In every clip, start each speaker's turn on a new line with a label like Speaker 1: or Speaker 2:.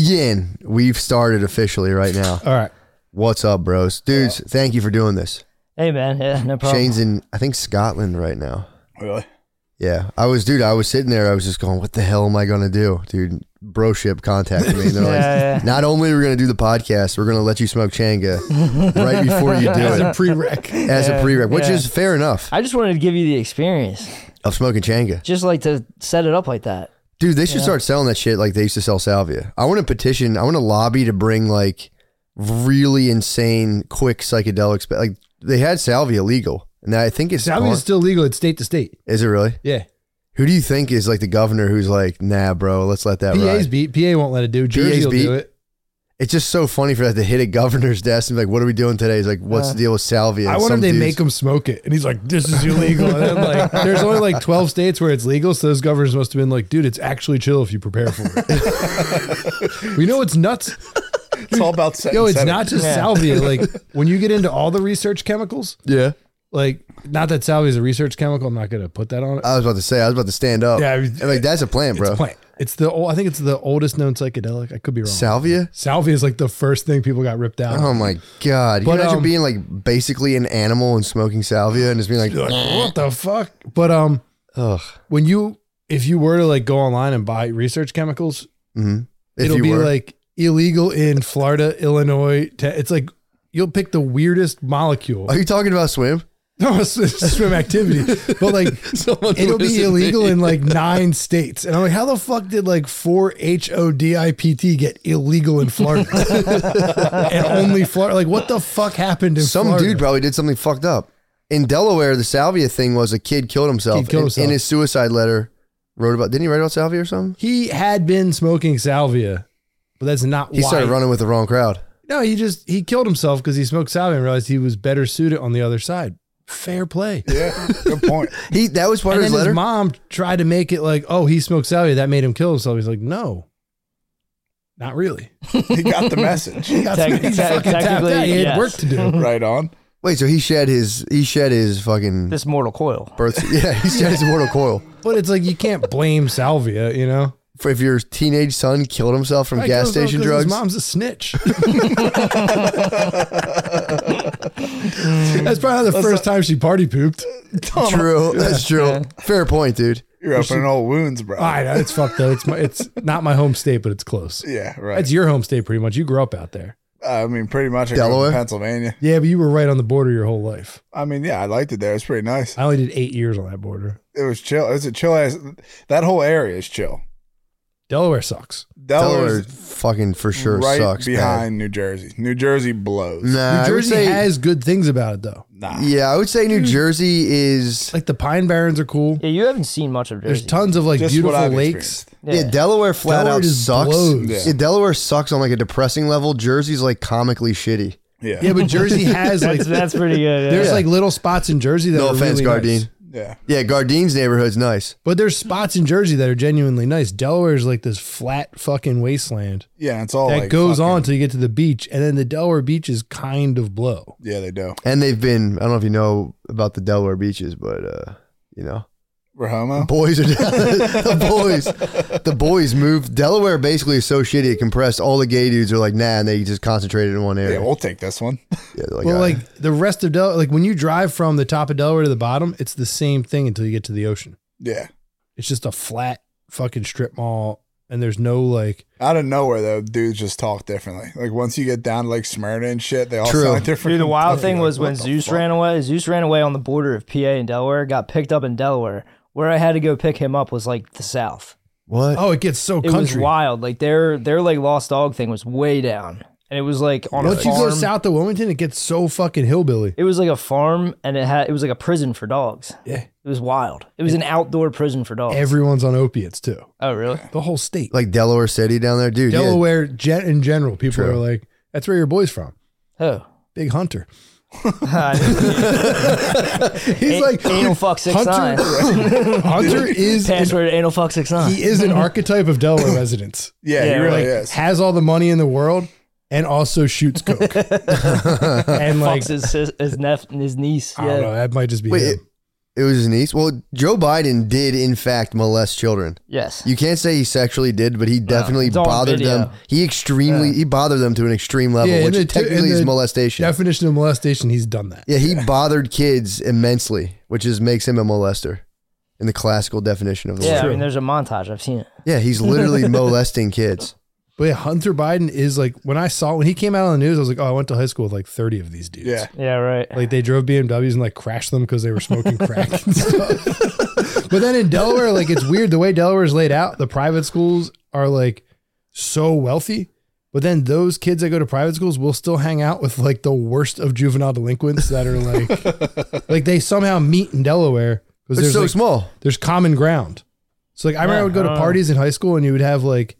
Speaker 1: begin. We've started officially right now.
Speaker 2: All right.
Speaker 1: What's up, bros? Dudes, thank you for doing this.
Speaker 3: Hey man, yeah, no problem.
Speaker 1: Shane's in, I think, Scotland right now.
Speaker 2: Really?
Speaker 1: Yeah. I was, dude, I was sitting there. I was just going, what the hell am I going to do? Dude, broship contacted me. And they're like,
Speaker 3: Yeah, yeah.
Speaker 1: not only are we going to do the podcast, we're going to let you smoke Changa right before you
Speaker 2: As
Speaker 1: do
Speaker 2: a
Speaker 1: it
Speaker 2: prereq.
Speaker 1: as a prereq, which
Speaker 3: yeah.
Speaker 1: is fair enough
Speaker 3: I just wanted to give you the experience,
Speaker 1: of smoking Changa.
Speaker 3: just like to set it up like that.
Speaker 1: Dude, they should start selling that shit like they used to sell salvia. I want to petition. I want to lobby to bring like really insane, quick psychedelics. But like they had salvia legal, and I think it's
Speaker 2: Salvia
Speaker 1: on-
Speaker 2: is still legal at state to state.
Speaker 1: is it really?
Speaker 2: Yeah.
Speaker 1: Who do you think is like the governor who's like, nah, bro, let's let that
Speaker 2: PA's
Speaker 1: ride?
Speaker 2: beat. PA won't let it do. Jersey
Speaker 1: PA's
Speaker 2: will
Speaker 1: beat.
Speaker 2: do it.
Speaker 1: It's just so funny for that to hit a governor's desk and be like, what are we doing today? He's like, what's the deal with salvia?
Speaker 2: Uh, I
Speaker 1: And
Speaker 2: wonder if
Speaker 1: some
Speaker 2: they
Speaker 1: dudes-
Speaker 2: make him smoke it. And he's like, this is illegal. And then, like, there's only like 12 states where it's legal. So those governors must have been like, dude, it's actually chill if you prepare for it. we know it's nuts.
Speaker 4: It's all about setting.
Speaker 2: Yo, it's
Speaker 4: setting.
Speaker 2: not just
Speaker 3: Yeah.
Speaker 2: salvia. Like, when you get into all the research chemicals,
Speaker 1: Yeah.
Speaker 2: like, not that salvia is a research chemical. I'm not going to put that on it.
Speaker 1: I was about to say, I was about to stand up.
Speaker 2: Yeah, I
Speaker 1: Yeah.
Speaker 2: was-
Speaker 1: like, that's a plant, bro.
Speaker 2: It's plant. It's the old, I think it's the oldest known psychedelic. I could be wrong.
Speaker 1: Salvia?
Speaker 2: salvia is like the first thing people got ripped out.
Speaker 1: Oh my god! Can
Speaker 2: But,
Speaker 1: you imagine
Speaker 2: um,
Speaker 1: being like basically an animal and smoking salvia and just being like,
Speaker 2: You're like, what the fuck? But um,
Speaker 1: ugh.
Speaker 2: when you if you were to like go online and buy research chemicals,
Speaker 1: Mm-hmm. If
Speaker 2: it'll
Speaker 1: you
Speaker 2: be
Speaker 1: were,
Speaker 2: like illegal in Florida, Illinois. Te- it's like you'll pick the weirdest molecule.
Speaker 1: are you talking about swim?
Speaker 2: No, it's, it's swim activity, but like
Speaker 1: Someone
Speaker 2: it'll be
Speaker 1: listened.
Speaker 2: illegal in like nine states. And I'm like, how the fuck did like four H O D I P T get illegal in Florida and only Florida? Like, what the fuck happened in
Speaker 1: Some
Speaker 2: Florida?
Speaker 1: dude probably did something fucked up. In Delaware, the salvia thing was a kid killed himself.
Speaker 2: Kid
Speaker 1: and-
Speaker 2: killed himself.
Speaker 1: In his suicide letter, wrote about didn't he write about salvia or something?
Speaker 2: he had been smoking salvia, but that's not
Speaker 1: He
Speaker 2: why.
Speaker 1: started running with the wrong crowd.
Speaker 2: No, he just he killed himself because he smoked salvia and realized he was better suited on the other side. Fair play.
Speaker 4: Yeah, good point.
Speaker 1: He that was part
Speaker 2: And
Speaker 1: of
Speaker 2: then
Speaker 1: his
Speaker 2: his
Speaker 1: letter.
Speaker 2: mom tried to make it like, oh, he smoked salvia, that made him kill himself. He's like, no, not really.
Speaker 4: He got the message.
Speaker 3: Tec-
Speaker 2: He
Speaker 3: tec-
Speaker 2: fucking tapped
Speaker 3: technically,
Speaker 2: out. he had
Speaker 3: yes.
Speaker 2: work to do.
Speaker 4: right on.
Speaker 1: Wait, so he shed his he shed his fucking
Speaker 3: This mortal coil.
Speaker 1: birth. Yeah, he shed his mortal coil.
Speaker 2: But it's like you can't blame salvia, you know.
Speaker 1: For if your teenage son killed himself from
Speaker 2: I
Speaker 1: gas
Speaker 2: killed himself
Speaker 1: station
Speaker 2: 'cause
Speaker 1: drugs,
Speaker 2: His mom's a snitch. That's probably not the first time she party pooped. Oh,
Speaker 1: true. That's true. Fair point, dude.
Speaker 4: You're opening old wounds, bro.
Speaker 2: I know it's fucked though. It's my, it's not my home state, but it's close.
Speaker 4: Yeah, right.
Speaker 2: It's your home state pretty much. You grew up out there.
Speaker 4: I mean, pretty much. I grew up in
Speaker 1: Delaware?
Speaker 4: Pennsylvania.
Speaker 2: Yeah, but you were right on the border your whole life.
Speaker 4: I mean, yeah, I liked it there. It's pretty nice.
Speaker 2: I only did eight years on that border.
Speaker 4: It was chill. It's a chill ass. That whole area is chill.
Speaker 2: Delaware sucks.
Speaker 1: Delaware
Speaker 4: Delaware's
Speaker 1: fucking for sure
Speaker 4: right
Speaker 1: sucks. man.
Speaker 4: behind New Jersey. New Jersey blows.
Speaker 1: Nah,
Speaker 2: New
Speaker 1: I would
Speaker 2: Jersey
Speaker 1: say,
Speaker 2: has good things about it though.
Speaker 4: Nah.
Speaker 1: yeah, I would say New Jersey is
Speaker 2: Like the Pine Barrens are cool.
Speaker 3: Yeah, you haven't seen much of Jersey.
Speaker 2: There's tons of like
Speaker 4: Just what
Speaker 2: beautiful
Speaker 4: I've
Speaker 2: lakes.
Speaker 4: experienced.
Speaker 1: yeah, Delaware flat
Speaker 2: Delaware
Speaker 1: out
Speaker 2: just
Speaker 1: sucks.
Speaker 2: blows.
Speaker 1: Yeah.
Speaker 4: Yeah.
Speaker 1: Delaware sucks on like a depressing level. Jersey's like comically shitty.
Speaker 4: Yeah.
Speaker 2: Yeah, but Jersey has like
Speaker 3: that's, that's pretty good. Yeah.
Speaker 2: there's like little spots in Jersey that
Speaker 1: No
Speaker 2: are
Speaker 1: offense,
Speaker 2: really
Speaker 1: Gardine.
Speaker 2: nice.
Speaker 4: Yeah.
Speaker 1: Yeah, Gardine's neighborhood's nice.
Speaker 2: But there's spots in Jersey that are genuinely nice. Delaware is like this flat fucking wasteland
Speaker 4: Yeah, It's all
Speaker 2: that
Speaker 4: like
Speaker 2: goes
Speaker 4: fucking-
Speaker 2: on till you get to the beach, and then the Delaware beaches kind of blow.
Speaker 4: Yeah, they do.
Speaker 1: And they've been, I don't know if you know about the Delaware beaches, but, uh, you know,
Speaker 4: We're homo.
Speaker 1: boys are the boys. The boys moved. Delaware basically is so shitty it compressed. All the gay dudes are like, nah, and they just concentrated in one
Speaker 4: Yeah,
Speaker 1: area.
Speaker 4: we'll take this one.
Speaker 1: Yeah, they're like,
Speaker 2: Well,
Speaker 1: "All right."
Speaker 2: like the rest of Delaware, like when you drive from the top of Delaware to the bottom, it's the same thing until you get to the ocean.
Speaker 4: Yeah.
Speaker 2: It's just a flat fucking strip mall, and there's no like.
Speaker 4: Out of nowhere though, dudes just talk differently. Like once you get down to like Smyrna and shit, they all
Speaker 1: True.
Speaker 4: sound different.
Speaker 3: Dude, the wild thing
Speaker 4: You're
Speaker 3: was
Speaker 4: like,
Speaker 3: when
Speaker 4: what the
Speaker 3: Zeus
Speaker 4: fuck?
Speaker 3: ran away. Zeus ran away on the border of PA and Delaware. Got picked up in Delaware. Where I had to go pick him up was like the South.
Speaker 1: what?
Speaker 2: Oh, it gets so
Speaker 3: It was
Speaker 2: country.
Speaker 3: wild. Like their their like lost dog thing was way down, and it was like on a
Speaker 2: Once you
Speaker 3: farm.
Speaker 2: go south to Wilmington, it gets so fucking hillbilly.
Speaker 3: it was like a farm, and it had it was like a prison for dogs.
Speaker 2: Yeah,
Speaker 3: It was wild. It was an outdoor prison for dogs.
Speaker 2: everyone's on opiates too.
Speaker 3: oh, really?
Speaker 2: The whole state,
Speaker 1: Like Delaware City down there, dude. yeah.
Speaker 2: Delaware, gen- in general, people
Speaker 1: True.
Speaker 2: are like, "That's where your boy's from."
Speaker 3: Oh.
Speaker 2: Big hunter.
Speaker 3: He's
Speaker 2: like,
Speaker 3: Uh, anal fuck six nine.
Speaker 2: Hunter is an-
Speaker 3: Password anal fuck six nine.
Speaker 2: he is an archetype of Delaware residents.
Speaker 4: Yeah,
Speaker 3: Yeah,
Speaker 4: he really
Speaker 2: Like
Speaker 4: is.
Speaker 2: has all the money in the world and also shoots coke and like
Speaker 3: Fucks his, his, his, nep- his niece.
Speaker 2: I don't
Speaker 3: Yeah.
Speaker 2: know. That might just be
Speaker 1: Wait,
Speaker 2: him.
Speaker 1: It was his niece. Well, Joe Biden did in fact molest children.
Speaker 3: Yes.
Speaker 1: You can't say he sexually did, but he definitely
Speaker 3: It's on
Speaker 1: bothered
Speaker 3: video.
Speaker 1: them. He extremely he bothered them to an extreme level,
Speaker 2: Yeah, in
Speaker 1: which
Speaker 2: the-
Speaker 1: technically
Speaker 2: in
Speaker 1: is
Speaker 2: the
Speaker 1: molestation.
Speaker 2: Definition of molestation, he's done that.
Speaker 1: yeah, he bothered kids immensely, which is makes him a molester in the classical definition of the
Speaker 3: Yeah, I
Speaker 1: word.
Speaker 3: mean, there's a montage. I've seen it.
Speaker 1: Yeah, he's literally molesting kids.
Speaker 2: But yeah, Hunter Biden is like when I saw when he came out on the news, I was like, oh, I went to high school with like thirty of these dudes.
Speaker 4: Yeah.
Speaker 3: Yeah, right.
Speaker 2: Like they drove BMWs and like crashed them because they were smoking crack and stuff. but then in Delaware, like it's weird the way Delaware is laid out. The private schools are like so wealthy, but then those kids that go to private schools will still hang out with like the worst of juvenile delinquents that are like, like they somehow meet in Delaware because
Speaker 1: They're
Speaker 2: there's
Speaker 1: so
Speaker 2: like,
Speaker 1: small.
Speaker 2: there's common ground. So like I remember I would go to
Speaker 3: Yeah.
Speaker 2: parties in high school and you would have like,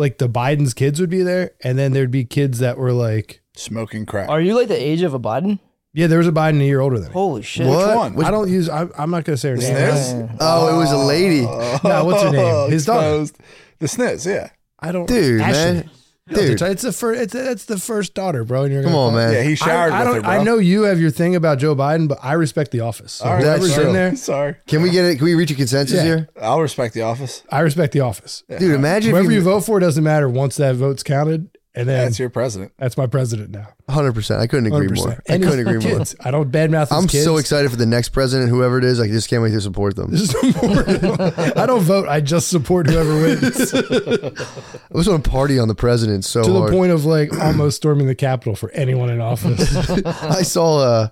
Speaker 2: like the Biden's kids would be there, and then there'd be kids that were like,
Speaker 4: Smoking crack.
Speaker 3: Are you like the age of a Biden?
Speaker 2: yeah, there was a Biden a year older than me.
Speaker 3: Holy shit.
Speaker 1: What?
Speaker 4: one?
Speaker 1: Which-
Speaker 2: I don't use. I'm, I'm not gonna say her
Speaker 4: The
Speaker 2: name.
Speaker 4: Sniz?
Speaker 1: oh, it was a lady.
Speaker 2: No, what's her name? His daughter.
Speaker 4: Oh, Exposed. The Sniz, yeah.
Speaker 2: I don't,
Speaker 1: Dude,
Speaker 2: Ashley.
Speaker 1: man.
Speaker 2: No, dude,
Speaker 1: Dude.
Speaker 2: it's the first. It's that's the first daughter, bro. And you're
Speaker 1: Come
Speaker 2: gonna
Speaker 1: on,
Speaker 2: call-
Speaker 1: man.
Speaker 4: Yeah, he showered
Speaker 2: I, I
Speaker 4: with
Speaker 2: don't.
Speaker 4: her, bro.
Speaker 2: I know you have your thing about Joe Biden, but I respect the office. So
Speaker 4: All right,
Speaker 1: That's
Speaker 2: whoever's
Speaker 1: true.
Speaker 2: in there,
Speaker 4: Sorry.
Speaker 1: Can we get it? Can we reach a consensus
Speaker 2: Yeah.
Speaker 1: here,
Speaker 4: I'll respect the office.
Speaker 2: I respect the office.
Speaker 1: dude? Imagine
Speaker 2: Whoever
Speaker 1: if
Speaker 2: you
Speaker 1: you
Speaker 2: vote for doesn't matter once that vote's counted, and then
Speaker 4: That's
Speaker 2: that's,
Speaker 4: your president.
Speaker 2: my president now.
Speaker 1: hundred percent. I couldn't agree
Speaker 2: 100%.
Speaker 1: more. I
Speaker 2: And
Speaker 1: couldn't
Speaker 2: his
Speaker 1: agree more.
Speaker 2: kids. I don't badmouth. his
Speaker 1: I'm
Speaker 2: kids.
Speaker 1: so excited for the next president, whoever it is. I just can't wait to support them.
Speaker 2: Just support him. I don't vote. I just support whoever wins. to
Speaker 1: I was on party on the president so
Speaker 2: the
Speaker 1: hard.
Speaker 2: point of like almost storming the Capitol for anyone in office.
Speaker 1: I saw uh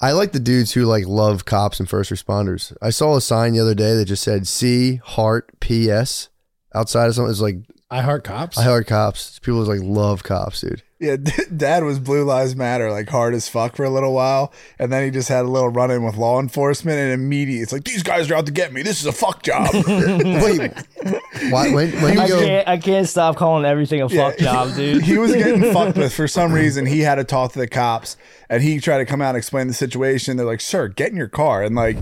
Speaker 1: I like the dudes who like love cops and first responders. I saw a sign the other day that just said C Heart PS outside of something. It's like
Speaker 2: I heart cops.
Speaker 1: I heart cops. People just like love cops, dude.
Speaker 4: Yeah, d- dad was Blue Lives Matter, like hard as fuck for a little while. And then he just had a little run in with law enforcement and immediately it's like, these guys are out to get me. This is a fuck job.
Speaker 1: Wait, why, when, when
Speaker 3: I
Speaker 1: you go,
Speaker 3: can't, I can't stop calling everything a fuck job, dude.
Speaker 4: he was getting fucked with for some reason. He had to talk to the cops, and he tried to come out and explain the situation. They're like, "Sir, get in your car." And like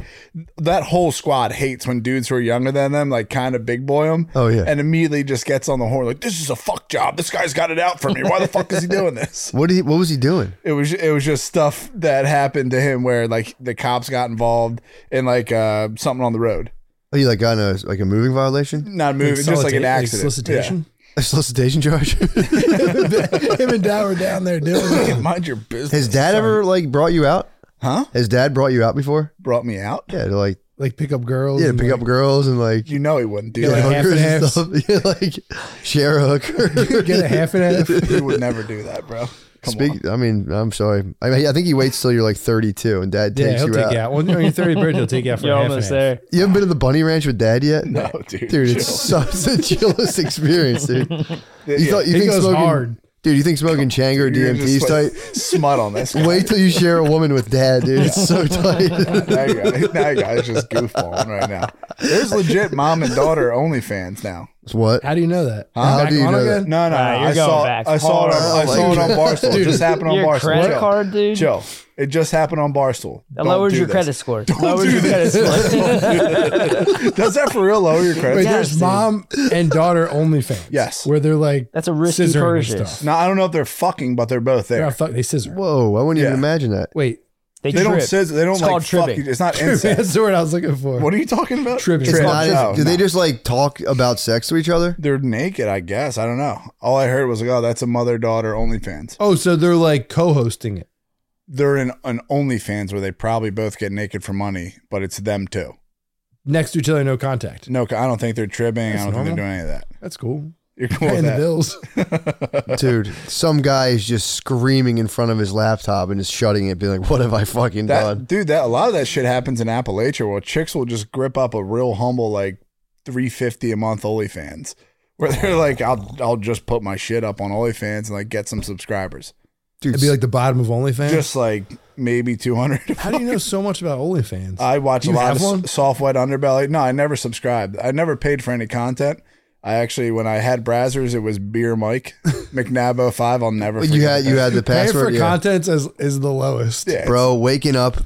Speaker 4: that whole squad hates when dudes who are younger than them like kind of big boy them.
Speaker 1: Oh, yeah.
Speaker 4: and immediately just gets on the horn like, "This is a fuck job. This guy's got it out for me. Why the fuck is he doing this?"
Speaker 1: what did he, what was he doing?
Speaker 4: It was it was just stuff that happened to him where like the cops got involved in like uh, something on the road,
Speaker 1: Oh, you like got in a like a moving violation,
Speaker 4: not moving, just like an accident. Yeah.
Speaker 2: solicitation.
Speaker 1: a solicitation charge?
Speaker 2: Him and Dad were down there doing it.
Speaker 4: Mind your business.
Speaker 1: Has dad ever like brought you out?
Speaker 4: Huh?
Speaker 1: Has dad brought you out before?
Speaker 4: Brought me out.
Speaker 1: Yeah, to like
Speaker 2: like pick up girls.
Speaker 1: yeah,
Speaker 2: and,
Speaker 1: pick
Speaker 2: like,
Speaker 1: up girls and like
Speaker 4: You know he wouldn't do
Speaker 2: Yeah,
Speaker 4: that.
Speaker 2: like- half
Speaker 1: hookers
Speaker 2: and
Speaker 1: and stuff. Yeah, like share a hooker.
Speaker 2: Get a half and half.
Speaker 4: he would never do that, bro. Come on.
Speaker 1: Speak, I mean, I'm sorry. I mean, I think he waits till you're like 32 and dad
Speaker 2: Yeah,
Speaker 1: takes
Speaker 2: he'll
Speaker 1: you
Speaker 2: take
Speaker 1: out.
Speaker 2: you out. When you're on your 30th birthday, he'll take you out for
Speaker 3: You're
Speaker 2: a half and
Speaker 3: almost
Speaker 2: half.
Speaker 3: there.
Speaker 1: You haven't been to the bunny ranch with dad yet?
Speaker 4: No, dude.
Speaker 1: Dude, it's such the chillest experience, dude. You thought you
Speaker 2: He
Speaker 1: think
Speaker 2: goes
Speaker 1: smoking,
Speaker 2: hard.
Speaker 1: dude? You think smoking Chang or
Speaker 4: You're
Speaker 1: DMT is
Speaker 4: just, like,
Speaker 1: tight?
Speaker 4: smut on this. guy.
Speaker 1: Wait till you share a woman with dad, dude. It's so tight.
Speaker 4: Now you guys, now you guys just goofballing right now. There's legit mom and daughter OnlyFans now.
Speaker 1: what?
Speaker 2: How do you know that?
Speaker 1: How
Speaker 2: Back
Speaker 1: do you
Speaker 2: on
Speaker 1: know
Speaker 2: again?
Speaker 1: that?
Speaker 4: No, no,
Speaker 3: Ah,
Speaker 4: no,
Speaker 3: you're
Speaker 4: I
Speaker 3: going
Speaker 4: saw,
Speaker 3: back
Speaker 4: I saw it on, I saw it on Barstool. It just happened on
Speaker 3: Your
Speaker 4: Barstool.
Speaker 3: credit
Speaker 4: Chill.
Speaker 3: card, dude?
Speaker 4: Chill. It just happened on Barstool.
Speaker 3: That
Speaker 4: Don't
Speaker 3: lowers
Speaker 4: do
Speaker 3: your
Speaker 4: this.
Speaker 3: credit score. lowers
Speaker 4: do
Speaker 3: your credit score.
Speaker 4: Does that for real lower your credit?
Speaker 2: Wait,
Speaker 4: score?
Speaker 2: there's
Speaker 3: dude.
Speaker 2: mom and daughter OnlyFans.
Speaker 4: Yes.
Speaker 2: Where they're like,
Speaker 3: That's a risky
Speaker 2: scissoring and
Speaker 3: purchase.
Speaker 2: stuff.
Speaker 4: No, I don't know if they're fucking, but they're both
Speaker 2: They're
Speaker 4: there.
Speaker 2: not fuck- they scissor.
Speaker 1: Whoa, I wouldn't even
Speaker 4: Yeah.
Speaker 1: imagine that.
Speaker 2: Wait,
Speaker 3: They,
Speaker 4: They don't
Speaker 3: trip.
Speaker 4: scissor. They don't
Speaker 3: It's
Speaker 4: like
Speaker 3: called
Speaker 4: fuck
Speaker 3: tripping.
Speaker 4: you. It's not incest.
Speaker 2: that's the word I was looking for.
Speaker 4: What are you talking about?
Speaker 2: Tripping.
Speaker 1: It's
Speaker 2: Trip.
Speaker 1: not.
Speaker 4: No,
Speaker 1: do
Speaker 4: no.
Speaker 1: they just like talk about sex to each other?
Speaker 4: They're naked, I guess. I don't know. All I heard was like, oh, that's a mother daughter OnlyFans.
Speaker 2: oh, so they're like co-hosting it.
Speaker 4: They're in an OnlyFans where they probably both get naked for money, but it's them too.
Speaker 2: Next to each other, no contact.
Speaker 4: No, I don't think they're tripping. I
Speaker 2: That's
Speaker 4: don't
Speaker 2: normal.
Speaker 4: think they're doing any of that.
Speaker 2: That's cool.
Speaker 4: You're cool with
Speaker 2: Paying the
Speaker 4: that.
Speaker 2: bills.
Speaker 1: Dude, some guy is just screaming in front of his laptop and just shutting it, being like, "What have I fucking
Speaker 4: That-
Speaker 1: done?"
Speaker 4: dude, that a lot of that shit happens in Appalachia where chicks will just grip up a real humble like 350 a month OnlyFans. Where they're like, I'll I'll just put my shit up on OnlyFans and like get some subscribers.
Speaker 1: Dude,
Speaker 2: It'd be like the bottom of OnlyFans.
Speaker 4: Just like maybe 200.
Speaker 2: How do you know so much about OnlyFans?
Speaker 4: I watch
Speaker 2: Do
Speaker 4: a
Speaker 2: you
Speaker 4: lot
Speaker 2: have
Speaker 4: of
Speaker 2: one?
Speaker 4: s- soft wet underbelly. No, I never subscribed. I never paid for any content. I actually, when I had Brazzers, it was Beer Mike McNab 05. I'll never.
Speaker 1: you had
Speaker 4: forget
Speaker 1: you had
Speaker 4: that.
Speaker 1: the
Speaker 2: Paying for
Speaker 1: password, yeah.
Speaker 2: content is, is the lowest.
Speaker 4: Yeah,
Speaker 1: bro. Waking up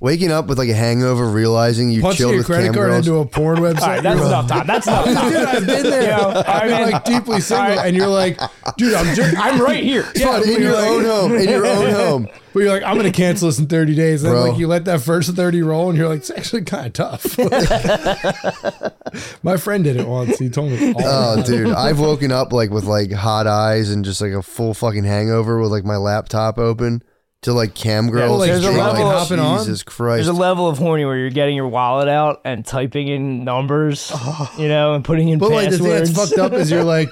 Speaker 1: Waking up with like a hangover, realizing you
Speaker 2: Punching
Speaker 1: chilled
Speaker 2: your
Speaker 1: with
Speaker 2: credit
Speaker 1: cam
Speaker 2: card
Speaker 1: girls.
Speaker 2: into a porn website.
Speaker 3: All right, that's
Speaker 2: you're
Speaker 3: enough time. That's enough time.
Speaker 2: Dude, I've been there.
Speaker 3: You know, all
Speaker 2: I've
Speaker 3: right,
Speaker 2: been
Speaker 3: man.
Speaker 2: like deeply single,
Speaker 3: All right.
Speaker 2: and you're like, dude, I'm just,
Speaker 3: I'm right here.
Speaker 2: Yeah,
Speaker 1: But in
Speaker 2: you're
Speaker 1: your
Speaker 2: like-
Speaker 1: own home, in your own home.
Speaker 2: but you're like, I'm gonna cancel this in 30 days. And then,
Speaker 1: Bro.
Speaker 2: like you let that first 30 roll, and you're like, it's actually kind of tough. My friend did it once. He told me. All
Speaker 1: Oh, dude, I've woken up like with like hot eyes and just like a full fucking hangover with like my laptop open to like cam girls.
Speaker 2: like,
Speaker 1: and
Speaker 3: there's a
Speaker 1: shit,
Speaker 3: level
Speaker 1: like,
Speaker 2: hopping on.
Speaker 1: Jesus Christ.
Speaker 3: There's a level of horny where you're getting your wallet out and typing in numbers, you know, and putting in
Speaker 2: But like the
Speaker 3: passwords.
Speaker 2: thing that's fucked up is you're like,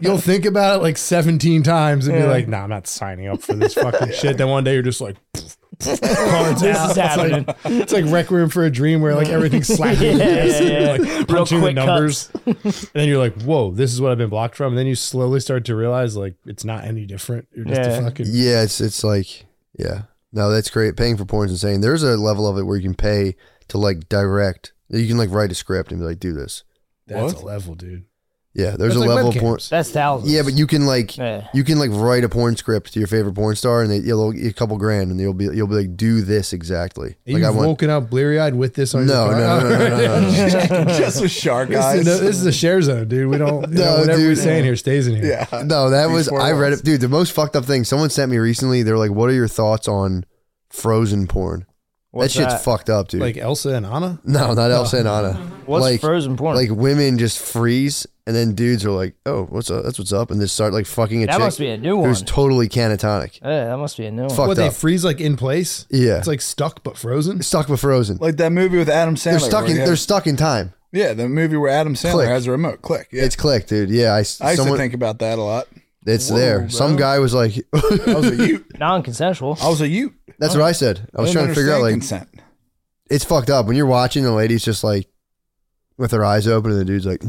Speaker 2: you'll think about it like 17 times and be like, nah, I'm not signing up for this fucking shit. Then one day you're just like, cards
Speaker 3: This
Speaker 2: out.
Speaker 3: is happening.
Speaker 2: It's like, it's like Rec Room for a Dream where like everything's slapping.
Speaker 3: Yeah,
Speaker 2: yeah,
Speaker 3: yeah, yeah.
Speaker 2: Like
Speaker 3: Real
Speaker 2: punching the
Speaker 3: quick
Speaker 2: numbers. and then you're like, whoa, this is what I've been blocked from. And then you slowly start to realize like it's not any different. You're just
Speaker 3: Yeah.
Speaker 2: a fucking.
Speaker 1: Yeah, it's it's like yeah. No, that's great. Paying for porn's insane. There's a level of it where you can pay to like direct. You can like write a script and be like, do this.
Speaker 2: That's
Speaker 4: What?
Speaker 2: a level, dude.
Speaker 1: Yeah, there's
Speaker 2: That's
Speaker 1: a
Speaker 2: like
Speaker 1: level of
Speaker 2: webcams.
Speaker 1: porn.
Speaker 3: That's thousands.
Speaker 1: Yeah, but you can like
Speaker 3: Yeah.
Speaker 1: you can like write a porn script to your favorite porn star, and they, you'll get a couple grand, and you'll be you'll be like, do this exactly.
Speaker 2: You've
Speaker 1: Like I want.
Speaker 2: woken up bleary eyed with this on
Speaker 1: No,
Speaker 2: your
Speaker 1: no, no, no, no, no, no.
Speaker 4: Just with shark
Speaker 2: This
Speaker 4: eyes.
Speaker 2: is, this is a share zone, dude. We don't, you know,
Speaker 1: No,
Speaker 2: whatever we're
Speaker 1: dude.
Speaker 2: saying here stays in here.
Speaker 4: yeah.
Speaker 1: No, that
Speaker 4: These
Speaker 1: was
Speaker 4: four
Speaker 1: I read
Speaker 4: ones.
Speaker 1: it, dude. The most fucked up thing someone sent me recently. They're like, "What are your thoughts on frozen porn?"
Speaker 3: What's
Speaker 1: that shit's
Speaker 3: that?
Speaker 1: fucked up, dude.
Speaker 2: Like Elsa and Anna?
Speaker 1: no, not Elsa and Anna.
Speaker 3: What's
Speaker 1: like-
Speaker 3: frozen porn?
Speaker 1: like women just freeze and then dudes are like oh what's up that's what's up and they start like fucking a
Speaker 3: that
Speaker 1: chick
Speaker 3: must be a new one.
Speaker 1: who's totally canatonic
Speaker 3: yeah, that must be a new one.
Speaker 1: fucked
Speaker 2: What, they
Speaker 1: up
Speaker 2: freeze like in place?
Speaker 1: yeah
Speaker 2: It's like stuck but frozen?
Speaker 1: stuck with frozen
Speaker 4: Like that movie with Adam Sandler.
Speaker 1: they're stuck
Speaker 4: where
Speaker 1: in
Speaker 4: he had-
Speaker 1: they're stuck in time
Speaker 4: yeah, the movie where Adam Sandler
Speaker 1: Click.
Speaker 4: has a remote. Click. Yeah.
Speaker 1: it's click dude yeah i,
Speaker 4: I used
Speaker 1: someone
Speaker 4: to think about that a lot.
Speaker 1: it's there some guy was like
Speaker 4: I was a Ute.
Speaker 3: Non-consensual.
Speaker 4: I was a Ute.
Speaker 1: that's what i said i was
Speaker 4: didn't
Speaker 1: trying to figure out
Speaker 4: understand
Speaker 1: like
Speaker 4: consent.
Speaker 1: it's fucked up when you're watching the lady's just like with her eyes open and the dude's like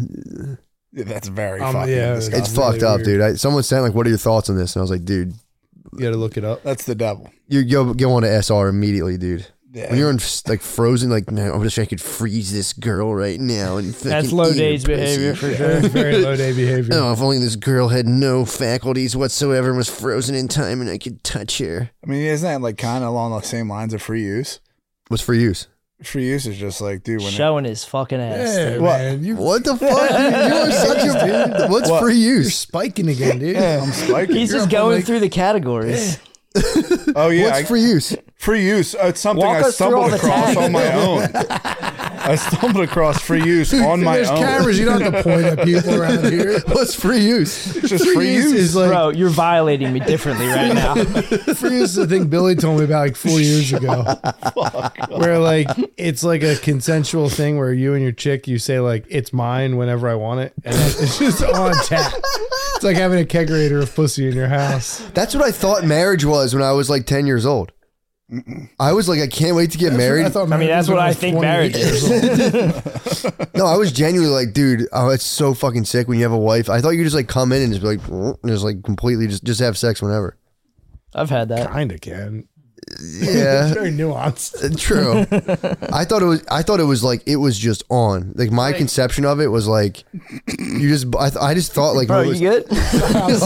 Speaker 4: Yeah, that's very
Speaker 2: Um,
Speaker 4: fucking
Speaker 2: yeah,
Speaker 4: disgusting.
Speaker 1: it's
Speaker 2: really
Speaker 1: fucked up
Speaker 2: weird.
Speaker 1: dude I, someone sent like what are your thoughts on this and i was like dude
Speaker 2: You gotta look it up.
Speaker 4: That's the devil.
Speaker 1: you go go on to sr immediately dude
Speaker 4: Yeah.
Speaker 1: When you're in f- like frozen, like man, I wish I could freeze this girl right now. And
Speaker 3: That's
Speaker 1: fucking
Speaker 3: low
Speaker 1: eat her
Speaker 3: days
Speaker 1: pussy.
Speaker 3: behavior for sure.
Speaker 2: That's very low day behavior.
Speaker 1: Oh, if only this girl had no faculties whatsoever and was frozen in time, and I could touch her.
Speaker 4: I mean, isn't that like kind of along the same lines of free use?
Speaker 1: What's for use?
Speaker 4: Free use is just like, dude, when it-
Speaker 3: Showing his fucking ass.
Speaker 2: Hey,
Speaker 4: What?
Speaker 2: man, you,
Speaker 1: What the fuck? dude? you are such a dude. What's
Speaker 4: What?
Speaker 1: for
Speaker 2: you're
Speaker 1: use?
Speaker 2: spiking again, dude.
Speaker 4: I'm spiking.
Speaker 3: He's just
Speaker 2: up on,
Speaker 3: going
Speaker 2: like-
Speaker 3: through the categories.
Speaker 4: oh yeah,
Speaker 1: What's
Speaker 4: I-
Speaker 1: for use?
Speaker 4: free use. Uh, It's something
Speaker 3: Walk
Speaker 4: I
Speaker 3: us through all
Speaker 4: stumbled
Speaker 3: the
Speaker 4: across
Speaker 3: tags.
Speaker 4: on my own. I stumbled across free use on my
Speaker 2: There's
Speaker 4: own.
Speaker 2: cameras. You don't have to point at people around here.
Speaker 1: What's for use?
Speaker 4: It's just free use.
Speaker 2: is like
Speaker 3: Bro, you're violating me differently right now.
Speaker 2: free use is the thing Billy told me about like four years ago, where like it's like a consensual thing where you and your chick you say like it's mine whenever I want it, and it's just on tap. It's like having a kegerator of pussy in your house.
Speaker 1: That's what I thought marriage was when I was like ten years old. I was like, I can't wait to get married.
Speaker 2: thought
Speaker 3: I mean,
Speaker 2: marriage
Speaker 3: that's
Speaker 2: was when
Speaker 3: what I
Speaker 2: was
Speaker 3: think
Speaker 2: 28
Speaker 3: marriage
Speaker 2: years
Speaker 3: is.
Speaker 1: No, I was genuinely like, dude, oh, it's so fucking sick when you have a wife. I thought you could just like come in and just be like, and just like completely just just have sex whenever.
Speaker 3: I've had that.
Speaker 2: kind of can.
Speaker 1: Yeah,
Speaker 2: It's very nuanced.
Speaker 1: True. I thought it was. I thought it was like it was just on. Like my conception of it was like you just. I, th- I just thought like
Speaker 3: Bro,
Speaker 1: it
Speaker 3: you
Speaker 1: was,
Speaker 3: good?
Speaker 1: that's